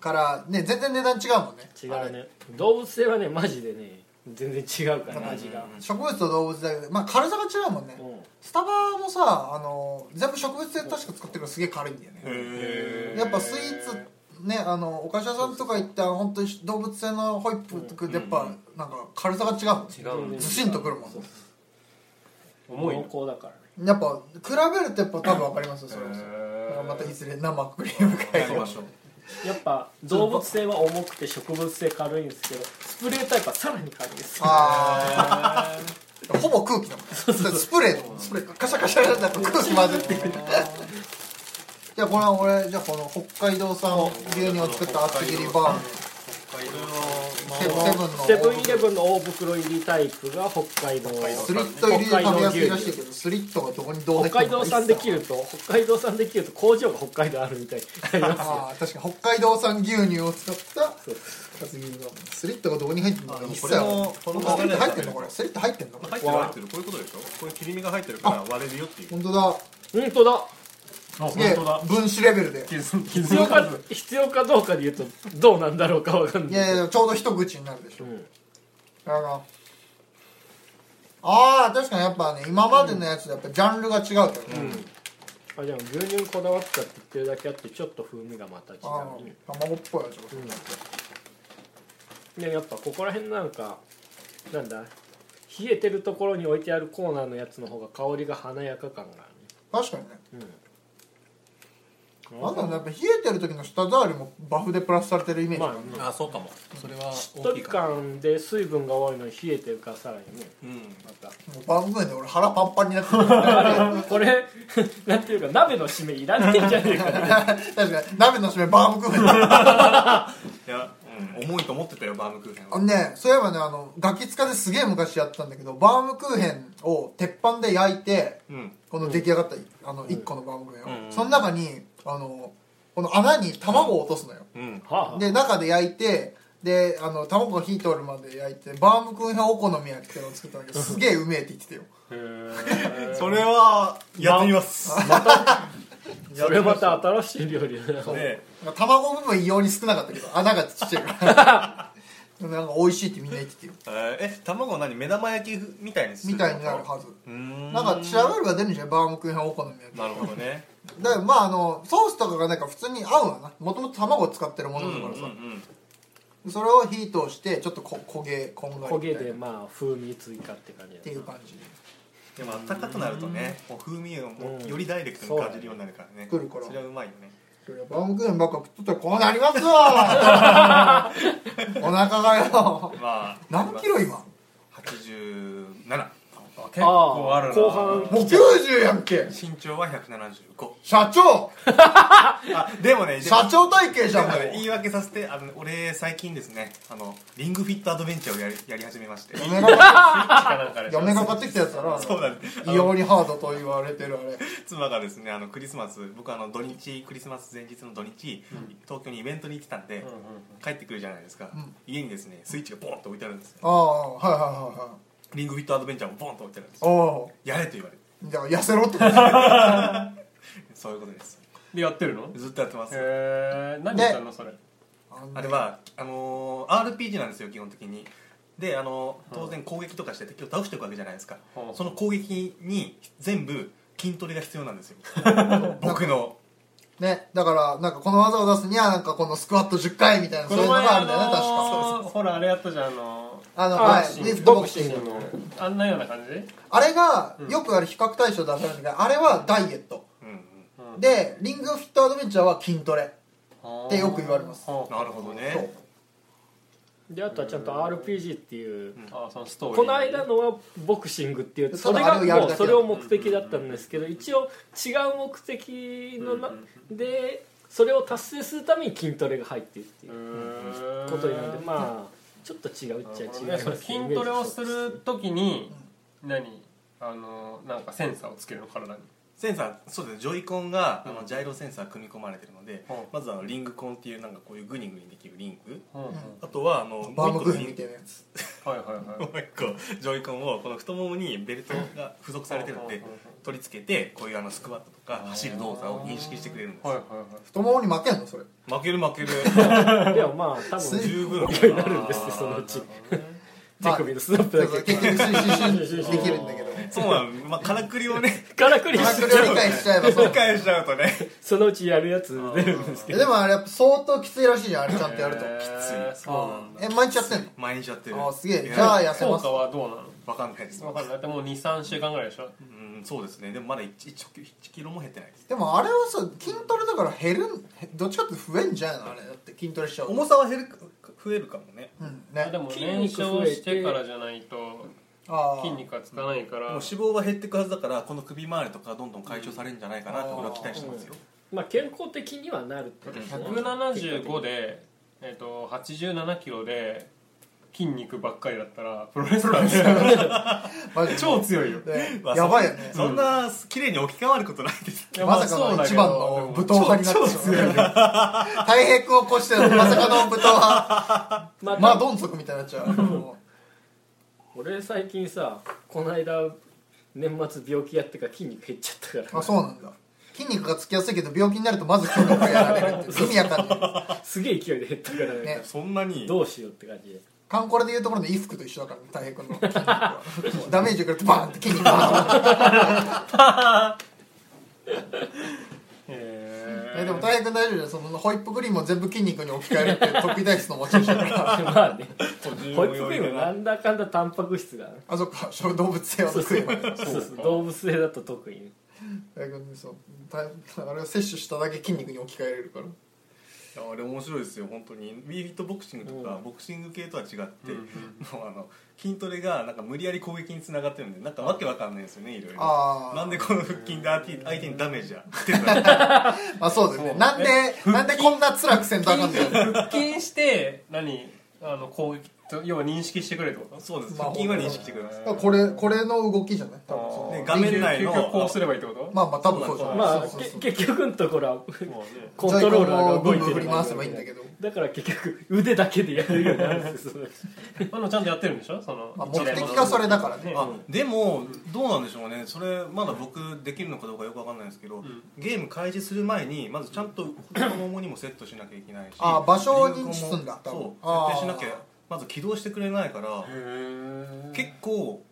Speaker 2: からね全然値段違うもんね
Speaker 6: 違うね動物性はねマジでね全然違うから味が
Speaker 2: 植物と動物だけでまあ軽さが違うもんね
Speaker 6: うん
Speaker 2: スタバもさあの全部植物性確か作ってるからすげえ軽いんだよね
Speaker 1: へ
Speaker 2: やっぱスイーツねあのお菓子屋さんとか行ったら本当に動物性のホイップとかでやっぱなんか軽さが違うもんね
Speaker 3: 違うね
Speaker 2: ずしんとくるもんね
Speaker 3: 重いの
Speaker 6: 濃厚だからね
Speaker 2: やっぱ比べるとやっぱ多分分かりますよそれこそだからまたいずれ生クリーム
Speaker 1: え
Speaker 2: 買
Speaker 1: や
Speaker 2: い
Speaker 1: りましょう
Speaker 6: やっぱ動物性は重くて植物性軽いんですけどスプレータイプはさらに軽いです
Speaker 2: あほぼ空気だもんスプレーだもんスプレーカシャカシャカシャって空気混ぜてじゃあこれは俺じゃあこの北海道産牛乳を作った厚切りバームセ
Speaker 6: セ
Speaker 2: ブ
Speaker 6: ブ
Speaker 2: ン
Speaker 6: ン
Speaker 2: の
Speaker 6: イレブンの大袋入りタイプが北海道
Speaker 2: スリット入りで食べやすいらしいけどスリットがどこにどう
Speaker 6: 北海道産で
Speaker 2: る
Speaker 6: 切ると北海道産で切ると工場が北海道あるみたいになりますよ
Speaker 2: ああ確かに北海道産牛乳を使った厚切りバームスリットがどこに入ってるのか一
Speaker 1: こ
Speaker 2: 切
Speaker 1: れ
Speaker 2: わかんない
Speaker 1: もこの
Speaker 2: スリット入ってるの
Speaker 1: こ
Speaker 2: これスリット入ってるの
Speaker 1: れ入ってる入ってるこういうことでしょこれ切り身が入ってるから割れるよっていう
Speaker 2: 本当だ
Speaker 6: 本当だ
Speaker 3: あ
Speaker 2: すげえ
Speaker 3: 本当だ
Speaker 2: 分子レベルで
Speaker 3: 気づ気
Speaker 6: 必
Speaker 3: づ
Speaker 6: 要
Speaker 3: か
Speaker 6: か
Speaker 3: ず
Speaker 6: 必要かどうかで言うとどうなんだろうかわかん
Speaker 2: い
Speaker 6: ない
Speaker 2: やいやちょうど一口になるでしょ、
Speaker 6: ん
Speaker 2: あのあー確かにやっぱね今までのやつとやっぱジャンルが違うけどね、
Speaker 6: あでも牛乳にこだわったって言ってるだけあってちょっと風味がまた違
Speaker 2: あ
Speaker 6: う、
Speaker 2: ー卵っぽい味がする
Speaker 6: でやっぱここら辺なんかなんだ冷えてるところに置いてあるコーナーのやつの方が香りが華やか感があ
Speaker 2: 確かにね
Speaker 6: るね、うん、
Speaker 2: なんだろうねやっぱ冷えてる時の舌触りもバフでプラスされてるイメージがあ
Speaker 6: ま
Speaker 2: る、
Speaker 6: あ
Speaker 8: あそうかもそれは
Speaker 6: と
Speaker 8: 大き
Speaker 6: り
Speaker 8: いか
Speaker 6: 感で水分が多いのに冷えてるからさらにね
Speaker 1: うん
Speaker 6: また
Speaker 2: もう番組で俺腹パンパンになってる
Speaker 6: これなんていうか鍋の締めいらんてんじゃねえか な
Speaker 2: 確かに鍋の締めバームクーヘンだ
Speaker 1: いや、うん、重いと思ってたよバームクーヘン
Speaker 2: あ
Speaker 1: は
Speaker 2: のね、そういえばね、あの、ガキ使ですげえ昔やってたんだけど、バームクーヘンを鉄板で焼いて、
Speaker 1: うん
Speaker 2: この出来上がった、あの、1個のバームクーヘンを、その中に、あの、この穴に卵を落とすのよ。
Speaker 1: うん
Speaker 6: はあ
Speaker 2: で、中で焼いて、で、あの、卵が火通るまで焼いて、バームクーヘンお好み焼きっていうのを作ったんだけど、すげえうめえって言ってたよ。
Speaker 1: それはやってみます
Speaker 6: それまた新しい料理だな
Speaker 1: で
Speaker 2: 卵部分異様に少なかったけど、穴がちっちゃいから。 なんか美味しいってみんな言ってたよ。
Speaker 1: えーえ卵は何目玉焼きみたいにする
Speaker 2: みたいになるはず。
Speaker 1: うーん
Speaker 2: なんか調べれば出るんじゃないバームクーヘンお好み焼き。
Speaker 1: なるほどね
Speaker 2: だからまああのソースとかがなんか普通に合うわなもともと卵を使ってるも
Speaker 1: うん
Speaker 2: の
Speaker 1: う
Speaker 2: だ
Speaker 1: んう
Speaker 2: からさ、
Speaker 1: ん
Speaker 2: それを火通してちょっとこ焦げこんがり
Speaker 6: 焦
Speaker 2: みたい
Speaker 6: げ
Speaker 2: な
Speaker 6: で
Speaker 2: っ
Speaker 6: まあ風味追加って感じだ
Speaker 2: ていう感じで
Speaker 1: でも暖かくなるとねもう風味をも
Speaker 6: うん
Speaker 1: うよりダイレクトに感じるようになるからね
Speaker 2: そうだね来るから
Speaker 1: それはうまいよね
Speaker 2: そりゃバームクーヘンばっか食っとったらこうなりますわ お腹がよ
Speaker 1: まあ
Speaker 2: 何キロ今も
Speaker 1: 87
Speaker 8: 結
Speaker 6: あ
Speaker 8: 構あ
Speaker 6: あ
Speaker 8: るな
Speaker 6: 後半
Speaker 2: う90やんけ
Speaker 1: 身長は175
Speaker 2: 社長
Speaker 1: あでもねでも
Speaker 2: 社長体型じ
Speaker 1: で
Speaker 2: ゃ
Speaker 1: も
Speaker 2: んも
Speaker 1: ね言
Speaker 2: う
Speaker 1: い訳させてあの俺最近ですねあのリングフィットアドベンチャーをやりやり始めまして
Speaker 2: 嫁が
Speaker 1: なんかね
Speaker 2: 嫁が買ってきたやつだな
Speaker 1: そうなんです
Speaker 2: 異様にハードと言われてるあれ
Speaker 1: 妻がですねあのクリスマス僕あの土日クリスマス前日の土日、東京にイベントに行ってたんで、帰ってくるじゃないですか、
Speaker 2: うん
Speaker 1: 家にですねスイッチがボーンと置いてあるんですよ
Speaker 2: ああはいはいはいはい
Speaker 1: リングフィットアドベンチャーもボーンと置いてあるんですよ
Speaker 2: お
Speaker 1: やれと言われて
Speaker 2: おじゃあ痩せろって こと
Speaker 1: そういうことです
Speaker 3: でやってるの
Speaker 1: ずっとやってます、
Speaker 3: へえ何したのそれ
Speaker 1: あれはあのー RPG なんですよ基本的にであのー当然攻撃とかして敵を倒していくわけじゃないですか、
Speaker 3: はあ
Speaker 1: その攻撃に全部筋トレが必要なん ですよ僕の
Speaker 2: ね、だから、なんかこの技を出すには、なんかこのスクワット10回みたいな、そういうのがあるんだよね、確か。
Speaker 3: ほらあれやったじゃんあの
Speaker 2: あの、
Speaker 6: あ
Speaker 2: はい、リフトボクシング。
Speaker 3: のあんなような感じ
Speaker 2: あれが、よくある比較対象で出されるんだけど、あれはダイエット。
Speaker 1: うんうん
Speaker 2: で、リングフィットアドベンチャーは筋トレ。ってよく言われます
Speaker 3: あ
Speaker 1: なるほどね
Speaker 2: そう
Speaker 6: であとはちゃんと RPG っていう
Speaker 3: あそのストーリー
Speaker 6: この間のはボクシングっていうそれ
Speaker 2: ただあ
Speaker 6: が
Speaker 2: れをやる
Speaker 6: もう
Speaker 2: だけ
Speaker 6: それを目的だったんですけど一応違う目的のなでそれを達成するために筋トレが入ってるっていうことになるんでまあちょっと違うっちゃ違う
Speaker 3: ねそれ筋トレをする時に何あのなんかセンサーをつけるの体に
Speaker 1: センサーそうですねジョイコンが、あのジャイロセンサー組み込まれてるので、
Speaker 3: うん
Speaker 1: まずあのリングコンっていうなんかこういうグニグニできるリング
Speaker 3: はい
Speaker 1: あとはあの
Speaker 2: バームクーヘ
Speaker 1: も
Speaker 2: ン
Speaker 1: う
Speaker 2: み
Speaker 1: 一個
Speaker 2: たい
Speaker 1: の
Speaker 2: なやつ。
Speaker 3: はいは
Speaker 1: もう一個ジョイコンをこの太ももにベルトが付属されてるん
Speaker 3: う
Speaker 1: で
Speaker 3: ん
Speaker 1: 取り付けてこういうあのスクワットとか走る動作を認識してくれるんです
Speaker 3: いはい
Speaker 1: よ
Speaker 3: は
Speaker 2: 太ももに負けんのそれ。
Speaker 1: 負ける負け る
Speaker 6: でもまあ多分
Speaker 2: 水
Speaker 1: 十分
Speaker 6: になるんですよそのうち手首のスナップ
Speaker 2: だ
Speaker 6: だ
Speaker 2: から
Speaker 6: け
Speaker 2: 結局、シュンシュンシュンシュンできるん だけど。
Speaker 1: そうなの、まあ、からくりをね
Speaker 6: からくり
Speaker 2: まあ、
Speaker 6: し
Speaker 2: それを理解しちゃえばそう
Speaker 1: 理。解しちゃうとね
Speaker 6: そのうちやるやつ出るんですけ
Speaker 2: え
Speaker 6: ど
Speaker 2: でもあれ、やっぱ相当きついらしいじゃん、あれちゃんとやると。
Speaker 3: いそうなんだ
Speaker 2: え、毎日やってんの
Speaker 1: 毎日やってる
Speaker 2: あーすげえ
Speaker 1: いや
Speaker 2: じゃあや痩せ
Speaker 3: 効
Speaker 2: ます
Speaker 3: 果はどうなの
Speaker 1: わかんないです
Speaker 3: 分かんないでも23週間ぐらいでしょ
Speaker 1: うんそうですねでもまだ 1, キロも減ってないです
Speaker 2: でもあれはさ、筋トレだから減るん、へどっちかっていうと増えんじゃないのあれ。だって筋トレしちゃうと。
Speaker 1: 重さは減る増えるかもね
Speaker 2: うん、
Speaker 3: あ
Speaker 2: ね
Speaker 3: で。も
Speaker 6: 筋
Speaker 3: 燃
Speaker 6: 肉
Speaker 3: 焼
Speaker 6: 増えて
Speaker 3: してからじゃないと
Speaker 2: あー
Speaker 3: 筋肉がつかないか
Speaker 1: もう
Speaker 3: ら
Speaker 1: 脂肪は減っていくはずだからこの首周りとかどんどん解消されるんじゃないかなって俺は期待してますよ
Speaker 6: まあ健康的にはなるってことですね
Speaker 3: 175で、えっと87キロで筋肉ばっかりだったらプロレス ラーで
Speaker 2: マジで
Speaker 3: 超強いよ
Speaker 2: ね
Speaker 1: まあ
Speaker 2: やばいよね
Speaker 1: そんな綺麗に置き換わることないです
Speaker 3: いや
Speaker 2: まさか
Speaker 3: そう
Speaker 2: の
Speaker 3: だけ
Speaker 2: 一
Speaker 3: ど
Speaker 2: 番の武闘派になってしまう太平君を越してのまさかの武闘 派
Speaker 6: まあ、
Speaker 2: まあどん底みたいになっちゃうも
Speaker 6: 俺最近さこの間年末病気やってから筋肉減っちゃった
Speaker 2: う
Speaker 6: か
Speaker 2: あそうなんだ筋肉がつきやすいけど病気になるとまず筋肉がやられるって意味やかんない
Speaker 6: らすげえ勢いで減ったからね
Speaker 2: ね
Speaker 1: そんなに
Speaker 6: どうしようって感じで
Speaker 2: カンコレでいうところの衣服と一緒だからね太平君の筋肉 はダメージ受けるとバーンって筋肉が
Speaker 3: へ
Speaker 2: えでも太平君大丈夫だよそのホイップクリームを全部筋肉に置き換えるっていう得意体質の持ち主だから
Speaker 6: まあねホイップクリームなんだかんだタンパク質が
Speaker 2: あそっか小動物性を
Speaker 6: そう
Speaker 2: 食えば
Speaker 6: そう
Speaker 2: いいから
Speaker 6: そうそう動物性だと特にね
Speaker 2: 太平君そう太あれを摂取しただけ筋肉に置き換えれるから
Speaker 1: いやあれ面白いですよ本当に w e フィットボクシングとか、
Speaker 6: うん
Speaker 1: ボクシング系とは違って、もうあの筋トレがなんか無理やり攻撃につながってるんでなんかわけわかんないですよねいろいろ
Speaker 2: ああ
Speaker 1: なんでこの腹筋で相手相手にダメージやってんだろう
Speaker 2: まあそうだよねなんでなんでこんな辛くせんとあかんねん
Speaker 3: ー腹筋して何あの攻撃と要は認識してくれってこと
Speaker 1: そうです
Speaker 2: まあ
Speaker 1: 腹筋は認識してくれます、
Speaker 2: これこれの動きじゃない多分そう
Speaker 1: ね画面内の
Speaker 3: 究極こうすればいいってこと
Speaker 2: まあまあ多分そうじゃない
Speaker 6: まあ
Speaker 2: そうそうそう
Speaker 6: け結局のところは
Speaker 3: もうね
Speaker 6: コントローラーが動
Speaker 2: 在庫をブンブン
Speaker 6: いて
Speaker 2: 振
Speaker 6: る
Speaker 2: り回せばいいんだけど
Speaker 6: だから結局腕だけでやるようになるんですよ
Speaker 3: あのちゃんとやってるんでしょその、
Speaker 2: まあ目的がそれだからね
Speaker 1: あでもどうなんでしょうねそれまだ僕できるのかどうかよくわかんないですけど、ゲーム開始する前にまずちゃんと子供にもセットしなきゃいけないし
Speaker 2: あ場所を認知すんだ多分
Speaker 1: そう
Speaker 2: あー
Speaker 1: 設定しなきゃまず起動してくれないから結構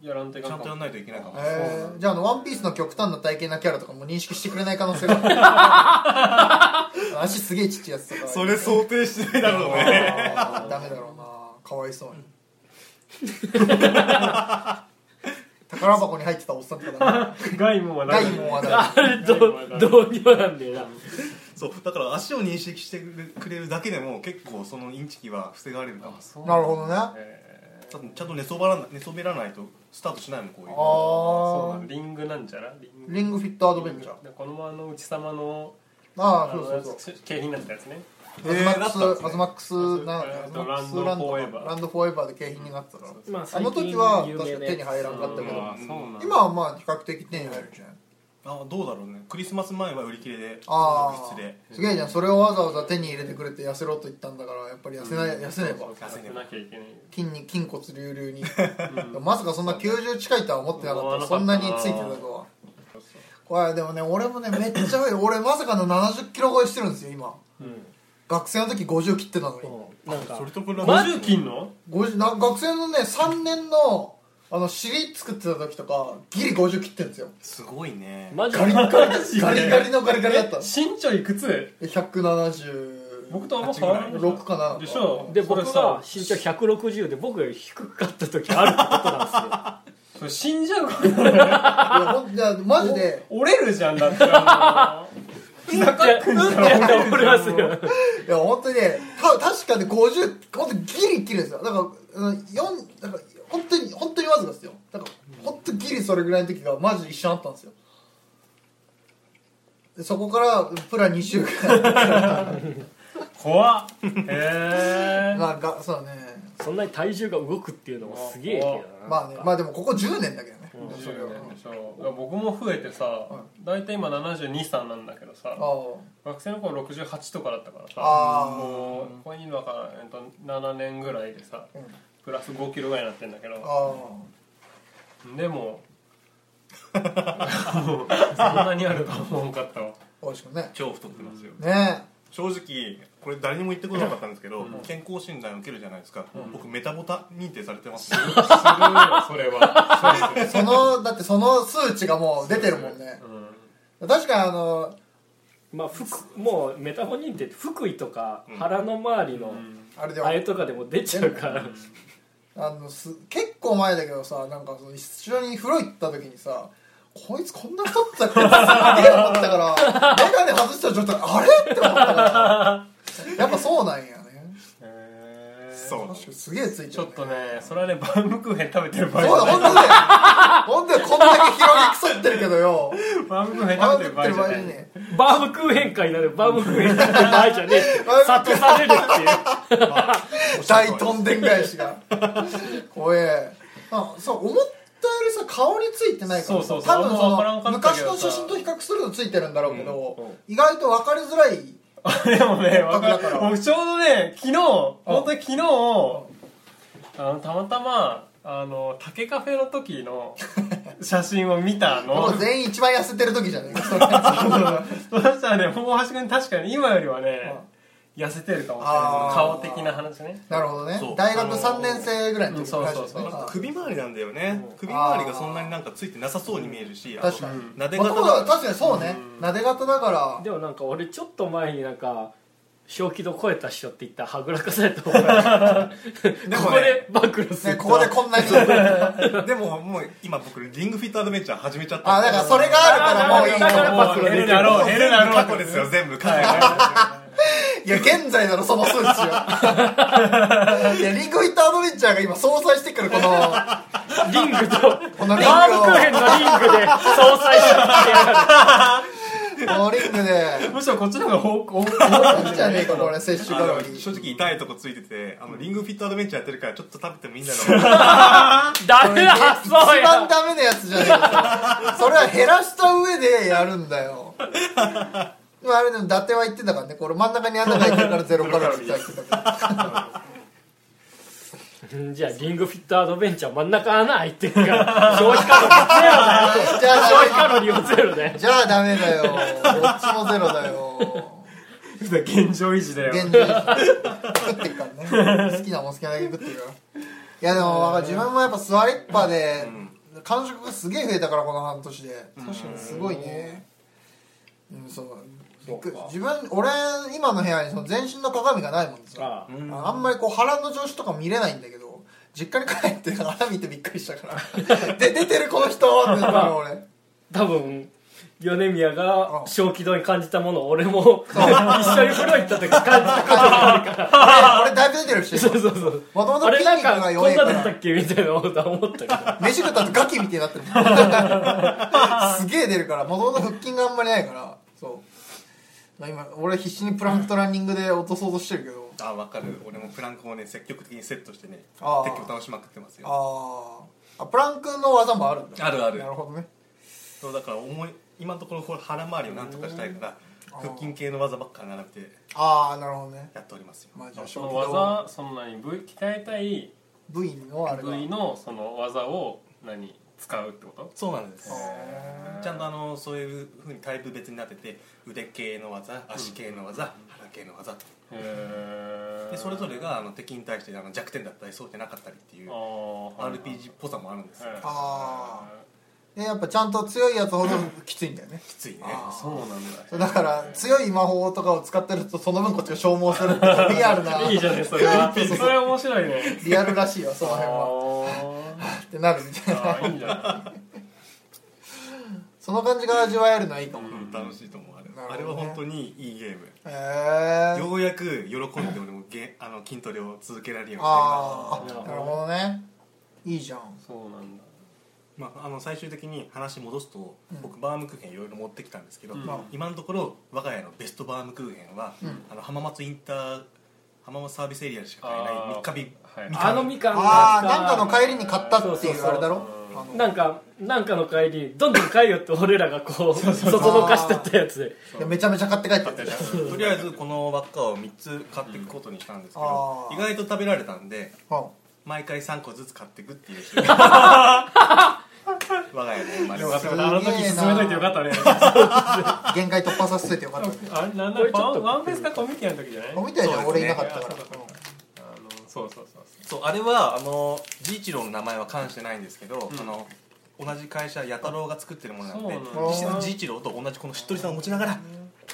Speaker 3: やらんとい
Speaker 1: ち
Speaker 3: かん
Speaker 1: ゃ
Speaker 3: か
Speaker 1: んとや
Speaker 3: も
Speaker 1: らないといけないか も
Speaker 2: えーじゃああの「ワンピースの極端な体型なキャラとかも認識してくれない可能性がある足すげえちっちゃいやつとか
Speaker 1: それ想定してないだろうね
Speaker 2: あーダメだろうなかわいそうに宝箱に入ってたおっさんとかだな
Speaker 3: ガイモンは
Speaker 2: ガ
Speaker 3: 誰
Speaker 2: イモンはだ
Speaker 6: あれどうどうにもなんだよな
Speaker 1: そうだから足を認識してくれるだけでも結構そのインチキは防がれるかも
Speaker 3: そう
Speaker 2: なるほどね
Speaker 1: ちゃんと寝そばらな寝そべらないとスタートしないもんこういうの
Speaker 3: そう
Speaker 2: あ
Speaker 3: な
Speaker 2: あ
Speaker 3: のリングなんじゃらリング
Speaker 2: リングフィットアドベンチャー
Speaker 3: でこのままの内様の
Speaker 2: ああ
Speaker 3: あ
Speaker 2: そ
Speaker 3: の
Speaker 2: うそうそう
Speaker 3: 景品になったやつね
Speaker 2: アズマックスアズマックスな
Speaker 3: えー
Speaker 2: アズマックス
Speaker 3: ランド
Speaker 2: ラン
Speaker 3: フォ
Speaker 2: ド
Speaker 3: ーエバー
Speaker 2: ランドフォーエバーで景品になってたから
Speaker 6: まあ
Speaker 2: あの時は確か手に入らんかったけ
Speaker 3: う
Speaker 2: ど
Speaker 3: わそうなんだ
Speaker 2: 今はまあ比較的手に入るじゃん
Speaker 1: あどうだろうねクリスマス前は売り切れで
Speaker 2: ああ
Speaker 1: 特別です
Speaker 2: げえじゃんそれをわざわざ手に入れてくれて痩せろと言ったんだからやっぱり痩せない痩せねば
Speaker 3: 痩せなきゃいけない
Speaker 2: 筋に筋骨隆々にでもまさかそんな90近いとは思ってなかった
Speaker 3: そ
Speaker 2: そ
Speaker 3: うん思
Speaker 2: な
Speaker 3: わな
Speaker 2: に
Speaker 3: かったな
Speaker 2: ついてたとはこれでもね俺もねめっちゃ多い俺まさかの70キロ超えしてるんですよ今学生の時50切ってたのに
Speaker 6: なんか
Speaker 1: それと比べて
Speaker 3: 50切んの
Speaker 2: 50な学生のね3年のあの尻作ってた時とかギリ50切ってるんですよ
Speaker 1: すごいね
Speaker 6: マジ
Speaker 2: ガリガリガリガリのガリガリだったの
Speaker 3: 身長いくつ僕
Speaker 2: 176
Speaker 3: とあんま変わらない
Speaker 2: かな
Speaker 3: でしょ
Speaker 6: で
Speaker 3: それ
Speaker 6: 僕
Speaker 3: さ
Speaker 6: が身長160で僕より低かった時あるってことなん
Speaker 3: それ死んじゃうから
Speaker 2: いやほんいやマジで
Speaker 3: 折れるじゃんだって あ
Speaker 6: ですよいやうんってやったら折れますよ
Speaker 2: いや本当にねた確かね50本当にギリギリですよだから4だから本当に本当にわずかですよだから本当にギリそれぐらいの時がマジで一瞬あったんですよでそこからプラ2週間
Speaker 3: の怖っへえ
Speaker 2: まあがそうだね
Speaker 6: そんなに体重が動くっていうのもすげえけどな
Speaker 2: まあねまあでもここ10年だけどねそれは
Speaker 3: 僕も増えてさ
Speaker 2: は
Speaker 3: 大体今723なんだけどさ
Speaker 2: あ
Speaker 3: 学生の頃68とかだったからさ
Speaker 2: あー
Speaker 3: もうここに今から、えっと、7年ぐらいでさ
Speaker 2: うん
Speaker 3: プラス5キロぐらいになってんだけ
Speaker 2: あ
Speaker 3: ど
Speaker 2: あ
Speaker 3: でももうそんなにあるとは思わんかったわ
Speaker 2: あしくね
Speaker 1: 超太ってますよ
Speaker 2: ね
Speaker 1: 正直これ誰にも言ってことなかったんですけど健康診断受けるじゃないですか僕メタボタ認定されてますね
Speaker 3: それ は
Speaker 2: えそのだってその数値がもう出てるもんね確かにあの
Speaker 6: まあ腹もうメタボ認定って腹囲とか腹の周りの
Speaker 2: あれでは
Speaker 6: あれとかでも出ちゃうから
Speaker 2: あのす結構前だけどさなんかその一緒に風呂行った時にさこいつこんな太ってたからすげえ思ってたから眼鏡外した状態あれって思ったからやっぱそうなんやね
Speaker 3: へえ
Speaker 1: そう
Speaker 2: 確かにすげえついて
Speaker 3: ちょ
Speaker 2: る
Speaker 3: っとねそれはねバームクーヘン食べてる場合
Speaker 2: そう
Speaker 3: じ
Speaker 2: だ
Speaker 3: ゃな
Speaker 2: 本
Speaker 3: い
Speaker 2: 当だよ本当だよこんだけ広げくそってるけど よ
Speaker 3: バームクーヘン
Speaker 2: 笑
Speaker 3: 食
Speaker 2: っ
Speaker 3: べ
Speaker 2: て
Speaker 3: て
Speaker 2: る
Speaker 3: る
Speaker 2: 場合じゃ
Speaker 3: 場合じゃ
Speaker 2: な
Speaker 3: ないい
Speaker 2: ね
Speaker 6: バームクーヘン会なるバームクーヘン会じゃないじ ゃねえって諭されるっていう
Speaker 2: 大とんでん返しが怖えあそう思ったよりさ顔についてないからさ
Speaker 3: そうそうそう
Speaker 2: 多分
Speaker 3: あんま分からん
Speaker 2: そ
Speaker 3: か
Speaker 2: の
Speaker 3: った
Speaker 2: 昔
Speaker 3: けどさ
Speaker 2: の写真と比較するとついてるんだろうけど、
Speaker 6: うんうん
Speaker 2: 意外と分かりづらい
Speaker 3: でもね、わか
Speaker 2: だから
Speaker 3: る。僕ちょうどね、昨日、本当に昨日、あの、たまたま、あの、竹カフェの時の写真を見た
Speaker 2: も
Speaker 3: の
Speaker 2: う。全員一番痩せてる時じゃない かそれあ
Speaker 3: そしたらね、大橋君確かに今よりはね、痩せてるかもしれない
Speaker 2: あー。
Speaker 3: 顔的な話ね。
Speaker 2: なるほどね
Speaker 1: そう
Speaker 2: 大学3年生ぐらいの時
Speaker 3: あの
Speaker 2: の
Speaker 3: ー
Speaker 2: 話ですね
Speaker 3: うんそうそうそう
Speaker 2: あ
Speaker 1: 首周りなんだよね首周りがそんなになんかついてなさそうに見えるし
Speaker 2: 確かに
Speaker 1: なで
Speaker 2: まあ
Speaker 1: 方
Speaker 2: ところが
Speaker 1: が
Speaker 2: 確かにそうねなで型だから
Speaker 6: でもなんか俺ちょっと前になんか正気度超えたっしょって言ったらはぐらかされた方が
Speaker 1: で
Speaker 6: こ
Speaker 1: も
Speaker 6: こ
Speaker 1: ね
Speaker 6: で暴露す
Speaker 2: ね
Speaker 6: る
Speaker 2: ここでこんなにあ
Speaker 1: でももう今僕リングフィットアドベンチャー始めちゃった
Speaker 2: だからそれがあるからもういい
Speaker 6: だから
Speaker 2: よ
Speaker 6: 暴露でき
Speaker 3: だ
Speaker 6: る
Speaker 3: ろう
Speaker 1: もう全部過去ですよ全部過去
Speaker 2: いや現在だろその数値 はいやリングフィットアドベンチャーが今相殺してくるこの
Speaker 6: リングと
Speaker 2: このリングを
Speaker 6: バームクーヘンのリングで相殺しちゃってやがる
Speaker 2: このリングで
Speaker 3: むしろこっちの方が多く、多く
Speaker 2: いいんじゃねえかこれ摂取カ
Speaker 1: あ
Speaker 2: ロ
Speaker 1: の
Speaker 2: リー
Speaker 1: 正直痛いとこついててあのリングフィットアドベンチャーやってるからちょっと食べてもいいんだろうな
Speaker 6: ダメだ
Speaker 2: 一
Speaker 6: そう
Speaker 2: 番
Speaker 6: や
Speaker 2: ダメなやつじゃねえかそれは減らした上でやるんだよでもあれでも伊達は言ってたからねこれ真ん中に穴が入ってるからゼロカロリーって言って たから
Speaker 6: うんじゃあリングフィットアドベンチャー真ん中穴開いてるから消費カロリーゼロだよ
Speaker 2: じゃあ
Speaker 6: 消費カロリーをゼロだよ
Speaker 2: じゃあダメだよ。どっちもゼロだよ。
Speaker 3: 現状維持だよ。
Speaker 2: 現状食ってるからね。好きなもん好きなだけ食ってるから。いやでもわかる自分もやっぱ座りっぱで、感触がすげえ増えたからこの半年で。確かにすごいね。うん、そう。びっくり自分俺今の部屋にその全身の鏡がないもんですよ
Speaker 6: あ
Speaker 2: あんまりこう腹の調子とか見れないんだけど実家に帰って腹見てびっくりしたから で出てるこの人ってなったから 俺
Speaker 6: 多分米宮
Speaker 2: うん
Speaker 6: が正気度に感じたものを俺も一緒に風呂行った時感じたことがあるから
Speaker 2: 俺だいぶ出てるし
Speaker 6: そうそうそう
Speaker 2: もともと
Speaker 6: あれ
Speaker 2: 筋
Speaker 6: なん
Speaker 2: 肉
Speaker 6: か
Speaker 2: が
Speaker 6: こ
Speaker 2: 弱
Speaker 6: ん
Speaker 2: いか
Speaker 6: なだった
Speaker 2: ら
Speaker 6: っけみたいな思った思ったけど
Speaker 2: 飯食ったとガキみたいになって るすげえ出るからもともと腹筋があんまりないからそう今俺必死にプランクとランニングで落とそうとしてるけど
Speaker 1: あ分かる俺もプランクをね積極的にセットしてね
Speaker 2: あー
Speaker 1: 撤去楽しまくってますよ
Speaker 2: あーあプランクの技もあるんだ
Speaker 1: あるある
Speaker 2: なるほどね
Speaker 1: そうだから思い今のところこれ腹回りをなんとかしたいから腹筋系の技ばっか並べて
Speaker 2: ああなるほどね
Speaker 1: やっておりますよ
Speaker 2: まあじゃあ
Speaker 3: そ
Speaker 2: 正
Speaker 3: の
Speaker 2: 気道
Speaker 3: 技、その何、部位鍛えたい
Speaker 2: 部位のあれが
Speaker 3: 部位のその技を何、使うってこと
Speaker 1: そうなんですちゃんとあのそういうふうにタイプ別になってて腕系の技足系の技、腹系の技
Speaker 3: へ
Speaker 1: でそれぞれがあの敵に対してあの弱点だったりそうじゃなかったりっていう
Speaker 3: あーはい
Speaker 1: RPG っぽさもあるんですよ、
Speaker 3: はい
Speaker 2: ああでやっぱちゃんと強いやつほどきついんだよね
Speaker 1: きついね
Speaker 3: そうなんだ
Speaker 2: そうだから強い魔法とかを使ってるとその分こっちが消耗するっていうリアルない
Speaker 3: いじゃないそれは それ面白いね
Speaker 2: リアルらしいよその
Speaker 3: あ
Speaker 2: 辺はってなるみたい
Speaker 3: ー
Speaker 2: な
Speaker 3: あーいいんじゃない
Speaker 2: その感じが味わえるのはいいかも、
Speaker 1: うん楽しいと思うあれ,、
Speaker 2: なるほどね
Speaker 1: あれは本当にいいゲーム
Speaker 2: へえー、
Speaker 1: ようやく喜んで俺もゲあの筋トレを続けられるようになりま
Speaker 2: ああなるほどねいいじゃん
Speaker 3: そうなんだ
Speaker 1: した、まあ、あの最終的に話戻すと、僕バームクーヘンいろいろ持ってきたんですけど、
Speaker 3: ん
Speaker 1: 今のところ我が家のベストバームクーヘンは、あの浜松インター浜松サービスエリアでしか買えない三
Speaker 3: あー
Speaker 1: 日日
Speaker 3: はい
Speaker 1: み
Speaker 6: あのみかん
Speaker 2: ああ
Speaker 6: が
Speaker 2: なんかの帰りに買ったっていう
Speaker 6: そうそうそう
Speaker 2: あれだろあの
Speaker 6: なんかなんかの帰りどんどん帰るよって俺らがこう外のかしてったやつで
Speaker 2: いやめちゃめちゃ買って帰ってたじゃん
Speaker 1: とりあえずこの輪っかを3つ買っていくことにしたんですけ
Speaker 2: うん
Speaker 1: ど
Speaker 2: あ、ー
Speaker 1: 意外と食べられたんで
Speaker 2: う
Speaker 1: 毎回3個ずつ買っていくっていう習慣我が家で生まれ
Speaker 2: で
Speaker 1: ま
Speaker 2: も
Speaker 1: した
Speaker 3: だからあの時進めといてよかったね
Speaker 2: ん限界突破させといてよかったね
Speaker 3: あれなんだ
Speaker 6: これちょっと
Speaker 3: ワンワンフェスかコミュニティの時じゃない
Speaker 2: 飲みたいじゃん、
Speaker 1: そう
Speaker 2: 俺
Speaker 1: ですね
Speaker 2: いなかったから
Speaker 3: いやそうあのそうそうそう
Speaker 1: そうあれはあの治一郎の名前は関してないんですけど、あの同じ会社八太郎が作ってるものなんで
Speaker 3: そう
Speaker 2: なんだ
Speaker 1: 実質治一郎と同じこのしっとりさを持ちながら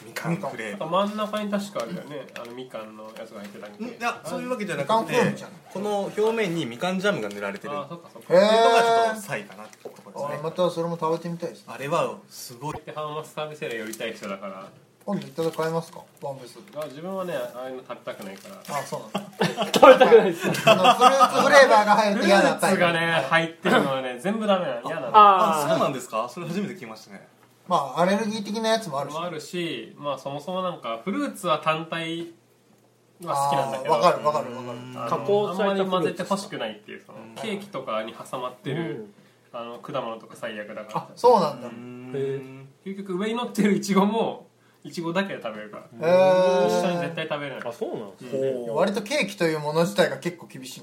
Speaker 1: みかんくれ
Speaker 3: なんか真ん中に確かあるよねあのみかんのやつが入ってたんけ
Speaker 1: うんいやそういうわけじゃな
Speaker 2: みかん
Speaker 1: く
Speaker 2: フ
Speaker 1: て
Speaker 2: ォームじゃん
Speaker 1: この表面にみかんジャムが塗られてる
Speaker 3: あー
Speaker 1: っ
Speaker 3: そっかそっか
Speaker 2: へ
Speaker 1: ていうのがちょっと
Speaker 2: え
Speaker 1: サイかなってところです
Speaker 2: ー、
Speaker 1: ね
Speaker 2: またそれも食べてみたいですね
Speaker 1: あれはすごい
Speaker 3: で浜松サービスエリア寄りたい人だから
Speaker 2: あ今度いただ買えますかバンブス
Speaker 3: あ自分はねああいうの食べたくないから
Speaker 2: あそうなんだ
Speaker 6: 食べたくないです
Speaker 2: あのフルーツフレーバーが入る
Speaker 3: フ
Speaker 2: と
Speaker 3: ル
Speaker 2: 嫌だ
Speaker 3: ー
Speaker 2: った
Speaker 3: ツがね入ってるのはね全部ダメなの嫌なの
Speaker 1: あそう
Speaker 6: あ
Speaker 1: なんですかそれ初めて聞きましたね
Speaker 2: まあアレルギー的なやつもあるし
Speaker 3: もあるしまあそもそもなんかフルーツは単体は好きなんだけど
Speaker 2: あーわかるわかるわかる
Speaker 3: あの
Speaker 6: 加工された
Speaker 3: あんまり混ぜてほしくないっていうそのケーキとかに挟まって
Speaker 6: ーう
Speaker 3: る、
Speaker 6: ん
Speaker 3: あの果物とか最悪だから
Speaker 2: あそうなんだ
Speaker 1: うーん
Speaker 6: え
Speaker 3: 究極上に乗ってるいちごもいちごだけで食べるから、
Speaker 2: え
Speaker 3: 一緒に
Speaker 2: ー
Speaker 3: 絶対食べれない
Speaker 6: あそうなんですね
Speaker 2: 割とケーキというもの自体が結構厳しい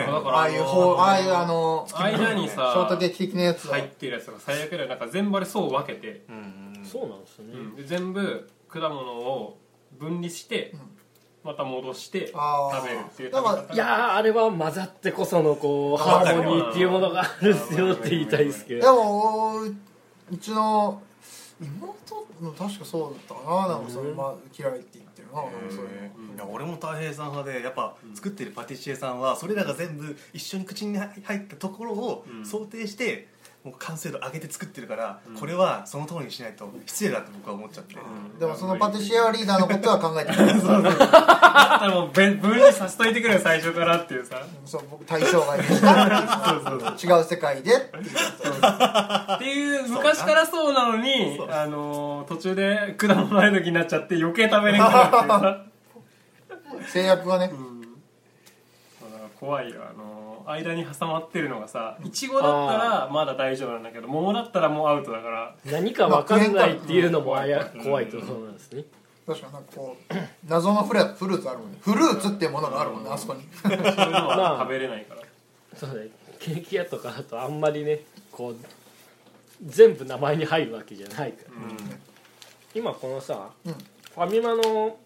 Speaker 1: ね
Speaker 3: だから
Speaker 2: ああいうほうああいうあのシ
Speaker 3: 間にさ
Speaker 2: ョートケーキ的なやつは
Speaker 3: 入ってるやつが最悪だよなんか全部あれ層を分けて、
Speaker 6: そうなんですね
Speaker 3: で全部果物を分離して、また戻して食
Speaker 2: あー
Speaker 3: べるっていう
Speaker 2: だ
Speaker 3: 食べ
Speaker 2: から
Speaker 3: 方
Speaker 6: いやーあれは混ざってこそのこうハ
Speaker 2: あー
Speaker 6: ーモニーっていうものがあるんですよって言いたいですけ
Speaker 2: で
Speaker 6: ど
Speaker 2: もううちの妹の確かそうだったかななんかそれ、まあ、嫌いって言ってるななんかそれ
Speaker 1: いや俺も太平さん派でやっぱ作ってるパティシエさんはそれらが全部一緒に口に入ったところを想定してもう完成度上げて作ってるからこれはその通りにしないと失礼だって僕は思っちゃって
Speaker 2: でもそのパティシエはリーダーのことは考え てない
Speaker 3: だったらもう分分離させといてくれよ最初からっていうさ
Speaker 2: そう僕対象外でした違う世界でっていう
Speaker 3: っていう昔からそうなのにあのー途中で果物アレルギーになっちゃって余計食べれなくなるっていうさ
Speaker 2: 制約がね、
Speaker 3: だから怖いよあのー間に挟まってるのがさいちごだったらまだ大丈夫なんだけど桃だったらもうアウトだから
Speaker 6: 何か分かんないっていうのもあや怖いとそうなんですね
Speaker 2: 確かになんかこう謎のフレフルーツあるもんねフルーツっていうものがあるもんねあそこに
Speaker 3: そういうの
Speaker 6: まあ
Speaker 3: は食べれないから
Speaker 6: そうねケーキ屋とかだとあんまりねこう全部名前に入るわけじゃないから、今このさ、
Speaker 2: うん
Speaker 6: ファミマの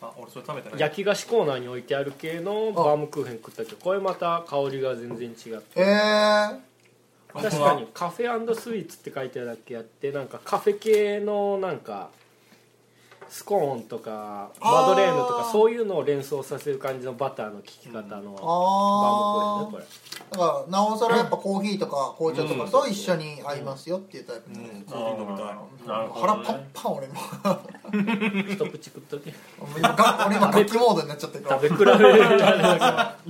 Speaker 1: あ俺それ食べてない
Speaker 6: 焼き菓子コーナーに置いてある系のバームクーヘン食ったけどこれまた香りが全然違って
Speaker 2: えー、
Speaker 6: 確かにカフェスイーツって書いてあるだけあってなんかカフェ系のなんかスコーンとかマドレーヌと
Speaker 2: あ
Speaker 6: か
Speaker 2: ー
Speaker 6: そういうのを連想させる感じのバターの効き方のバー
Speaker 2: あ
Speaker 6: ムクーヘン
Speaker 2: あだ
Speaker 6: だこれ
Speaker 2: からなおさらやっぱコーヒーとか紅茶とかと一緒に合いますよっていうタイプのやつ
Speaker 1: コーヒー飲みたい
Speaker 3: なるほ
Speaker 2: 腹
Speaker 3: ど、
Speaker 2: パ
Speaker 3: ね
Speaker 2: ン、パン俺も
Speaker 6: 一口食っとけ
Speaker 2: 俺今が俺今楽器モードになっちゃってるから
Speaker 6: 食べ比べる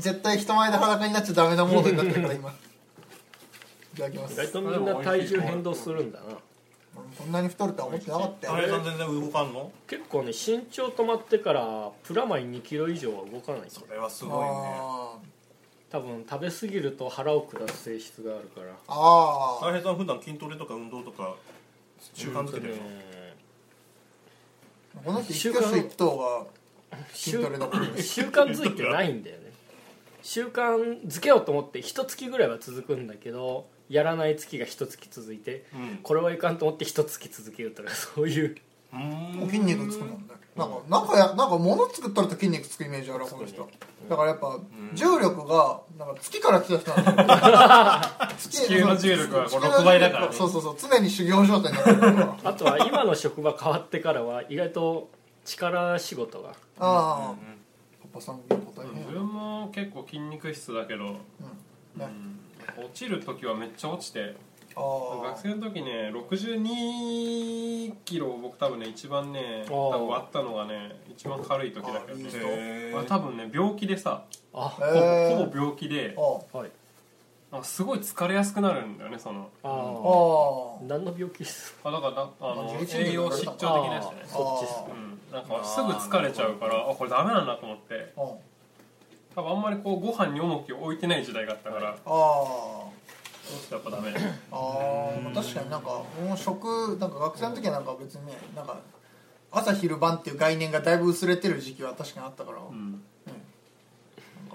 Speaker 2: 絶対人前で裸になっちゃダメなモードになってるから今いただきま
Speaker 6: 意
Speaker 2: す
Speaker 6: 外とみんな体重変動するんだな
Speaker 2: 俺もこんなに太るとは思ってなかったよ
Speaker 1: 太平さん全然動かんの
Speaker 6: 結構ね身長止まってからプラマイ2キロ以上は動かない
Speaker 1: それはすごいね
Speaker 2: あ
Speaker 6: 多分食べ過ぎると腹を下す性質があるから
Speaker 2: ーあ
Speaker 1: 太平さん普段筋トレとか運動とか習慣づけてるの
Speaker 6: ね
Speaker 2: ーこの人一挙手一投が
Speaker 6: 習
Speaker 2: 筋トレだもんね
Speaker 6: 習慣づいてないんだよね習慣づけようと思って一月ぐらいは続くんだけどやらない月が一月続いて
Speaker 1: うん
Speaker 6: これはいかんと思って一月続けるとか そういう
Speaker 1: うーん
Speaker 2: 筋肉つくもんねなんかなんかやなんか物作っとると筋肉つくイメージあるわこの人だからやっぱ重力がなんか月から来た人 なんだよ地
Speaker 3: 球の重力はこう
Speaker 2: 地球の重力
Speaker 3: 6倍だからね
Speaker 2: そうそうそう常に修行状態になってる から
Speaker 6: あとは今の職場変わってからは意外と力仕事が
Speaker 2: ああ、パパさんの答えね、
Speaker 3: 自分も結構筋肉質だけど、
Speaker 2: ね
Speaker 3: 落ちる時はめっちゃ落ちて
Speaker 2: あ
Speaker 3: 学
Speaker 2: あ
Speaker 3: 生の時ね62キロ僕多分ね一番ね
Speaker 6: あー
Speaker 3: 多分あったのがね一番軽い時だけど
Speaker 2: あーいい
Speaker 3: ね
Speaker 2: 人
Speaker 1: へー
Speaker 3: あれ多分ね病気でさ
Speaker 6: あ
Speaker 2: へえ
Speaker 3: ほぼほぼ病気で
Speaker 6: はい
Speaker 3: なんかすごい疲れやすくなるんだよねその
Speaker 6: あ
Speaker 2: ああ
Speaker 6: ー何の病気です
Speaker 3: あだからなあ
Speaker 2: まあ
Speaker 3: の
Speaker 2: 11
Speaker 3: 栄養失調的なやつね
Speaker 6: あーそっちっす
Speaker 2: あ
Speaker 3: うんなんかすぐ疲れちゃうからあこれダメなんだと思って
Speaker 2: あ
Speaker 3: 多分あんまりこうご飯に重きを置いてない時代があったから
Speaker 2: あ
Speaker 3: ちょっとやっぱダメ
Speaker 2: ああ確かになんかもう食なんか学生の時はなんか別にねなんか朝昼晩っていう概念がだいぶ薄れてる時期は確かにあったから、
Speaker 3: うん
Speaker 2: なん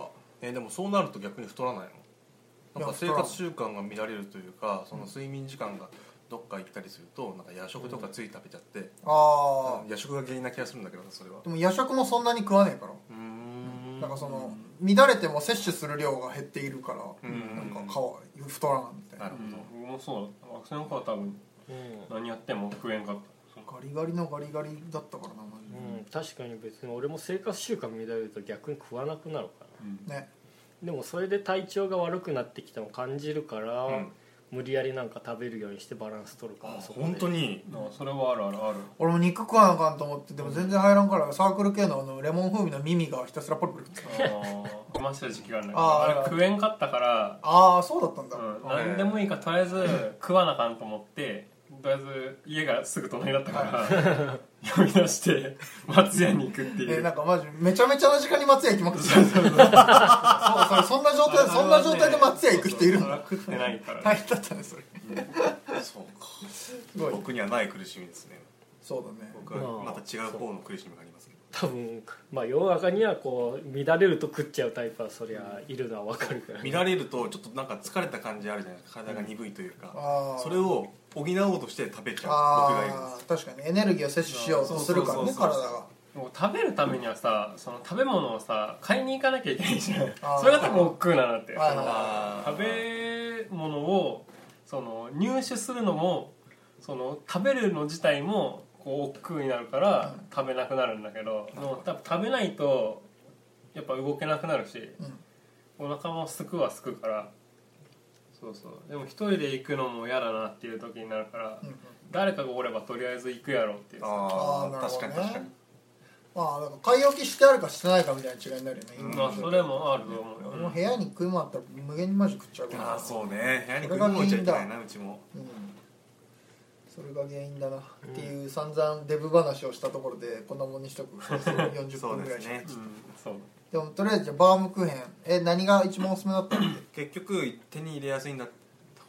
Speaker 2: か
Speaker 1: えーでもそうなると逆に太らないのなんか
Speaker 2: い
Speaker 1: 生
Speaker 2: や
Speaker 1: 活習慣が乱れるというかその睡眠時間がどっか行ったりするとなんか夜食とかつい食べちゃって、
Speaker 2: ああ
Speaker 1: 夜食が原因な気がするんだけどなそれは
Speaker 2: でも夜食もそんなに食わねえから
Speaker 1: うーん
Speaker 2: なんかその乱れても摂取する量が減っているから
Speaker 1: ん
Speaker 2: なんか顔太らないみたい
Speaker 1: な
Speaker 2: な
Speaker 1: るほど、
Speaker 3: 僕もそうだった学生の頃は多分何やっても食えんかった
Speaker 2: ガリガリのガリガリだったからなマジ
Speaker 6: う
Speaker 2: で
Speaker 6: ん、確かに別に俺も生活習慣乱れると逆に食わなくなるから
Speaker 2: ね
Speaker 6: でもそれで体調が悪くなってきたのを感じるから、無理やりなんか食べるようにしてバランス取るからそこで
Speaker 1: 本当に
Speaker 3: あそれはあるあるある
Speaker 2: 俺も肉食わなあかんと思ってでも全然入らんからサークル系のあのレモン風味の耳がひたすらポリポリ食ってた
Speaker 3: あました時期があるんだけ
Speaker 2: あ
Speaker 3: ど
Speaker 2: ー
Speaker 3: あれ食えんかったから、
Speaker 2: ああそうだったんだ、
Speaker 3: うん、何でもいいからとりあえず食わなかんと思ってとりあえず家がすぐ隣だっ たから呼び出して松屋に行くってい
Speaker 2: え
Speaker 3: う
Speaker 2: なんかマジめちゃめちゃな時間に松屋行きまくってたそうそれそんな状態
Speaker 3: あれはね
Speaker 2: そんな状態で松屋行く人いるん
Speaker 3: それは
Speaker 2: だ
Speaker 3: 食ってないから、
Speaker 2: 大変だったねそれ
Speaker 1: そうか
Speaker 2: すごい
Speaker 1: 僕にはない苦しみですね
Speaker 2: そうだね
Speaker 1: 僕はまた違う方の苦しみがありますけど
Speaker 6: 多分まあ世の中にはこう乱れると食っちゃうタイプはそりゃいるのは分かる から、
Speaker 1: 見られるとちょっとなんか疲れた感じあるじゃないですか体が鈍いというか
Speaker 2: ああ
Speaker 1: それを補おうとして食べちゃう僕がいるん
Speaker 2: ああ確かにエネルギーを摂取しようとするから
Speaker 1: そ
Speaker 2: ね
Speaker 1: うそう
Speaker 2: 体
Speaker 1: そうそう
Speaker 2: が
Speaker 3: もう食べるためにはさその食べ物をさ買いに行かなきゃいけないじゃん
Speaker 2: あー
Speaker 3: それが多分億劫なんだって
Speaker 2: はい
Speaker 3: その
Speaker 1: あー
Speaker 3: 食べ物をその入手するのもその食べるの自体もこう億劫になるから食べなくなるんだけど、もう多分食べないとやっぱ動けなくなるし、お腹もすくはすくからそうそうでも一人で行くのも嫌だなっていう時になるから、
Speaker 2: うんうん
Speaker 3: 誰かがおればとりあえず行くやろっていうさ
Speaker 1: あ
Speaker 2: あ
Speaker 1: あ
Speaker 2: あ
Speaker 1: 確かに
Speaker 2: なる
Speaker 1: 確
Speaker 2: ほどね
Speaker 1: かに
Speaker 2: まあだから買い置きしてあるかしてないかみたいな違いになるよね、今
Speaker 3: まあそれもあると思うよ、
Speaker 2: 俺も部屋に食いもあったら無限にマジ食っちゃうから
Speaker 1: ああそうね部屋に食い物置いちゃいけないなうちも
Speaker 2: うんそれが原因だな、っていう散々デブ話をしたところでこんなもんにしとく 40
Speaker 1: そう
Speaker 2: 分
Speaker 1: で
Speaker 2: ぐらい
Speaker 1: す
Speaker 2: しか
Speaker 1: ね
Speaker 3: うん、そう
Speaker 2: でもとりあえずじゃあバームクーヘンえ何が一番おすすめだったんで
Speaker 1: 結局手に入れやすいんだ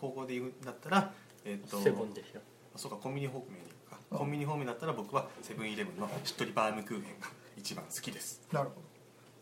Speaker 1: 方向で言うんだったらえっと
Speaker 6: セブンでしょ
Speaker 1: あそうかコンビニ方面に行くかコンビニ方面だったら僕はセブンイレブンのしっとりバームクーヘンが一番好きです
Speaker 2: なるほ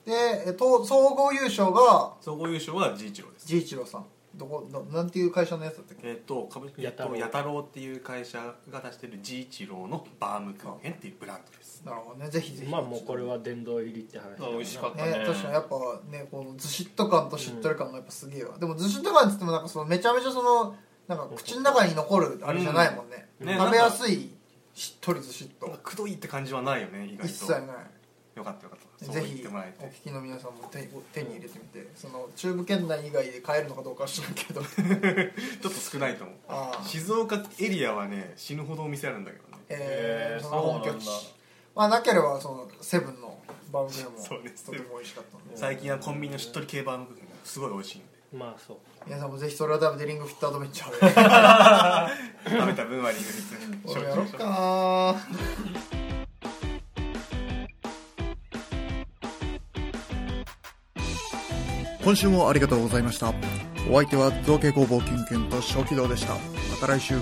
Speaker 2: どでえっと総合優勝が
Speaker 1: 総合優勝は G 一郎です
Speaker 2: 慈一郎さんどこどなんていう会社のやつだったっけ
Speaker 1: えっと株式
Speaker 6: 弥太郎
Speaker 1: 弥太郎っていう会社が出してる G 一郎のバームクーヘンっていうブランドです
Speaker 2: なるほどねぜひぜひ
Speaker 6: まあもうこれは殿堂入りって話だ
Speaker 3: あ美味しかったね
Speaker 2: ね、確かにやっぱねこのずしっと感としっとり感がやっぱすげえわ、でもずしっと感っつってもなんかそのめちゃめちゃそのなんか口の中に残るあれじゃないもんね,、
Speaker 1: うんね
Speaker 2: 食べやすいしっとりずしっ
Speaker 1: なん
Speaker 2: と
Speaker 1: かくどいって感じはないよね意外
Speaker 2: 一
Speaker 1: と
Speaker 2: 切ない
Speaker 1: よかったよかったそう
Speaker 2: ぜ
Speaker 1: 言っ
Speaker 2: ひ
Speaker 1: てもらえ
Speaker 2: お
Speaker 1: て
Speaker 2: 聞きの皆さんも手ご手に入れてみてその中部圏内以外で買えるのかどうかは知らんけ ど
Speaker 1: ちょっと少ないと思う
Speaker 2: ああ
Speaker 1: 静岡エリアはね死ぬほどお店あるんだけどね
Speaker 2: え
Speaker 3: へ
Speaker 2: ー、
Speaker 3: え
Speaker 2: その本拠地
Speaker 3: そうなんだ
Speaker 2: まあなければそのセブンのバームクーヘンも
Speaker 1: そうです
Speaker 2: とても美味しかったんで
Speaker 1: 最近はコンビニのしっとり系バームクーヘンがすごい美味しいので
Speaker 6: まあそう
Speaker 2: 皆さんもぜひそれは食べてリングフィットアドベンチャーで
Speaker 1: 食べた分はリングフィット
Speaker 2: 俺
Speaker 1: に
Speaker 2: やろうかな
Speaker 4: 今週もありがとうございましたお相手は造形工房キュンキュンと小気道でしたまた来週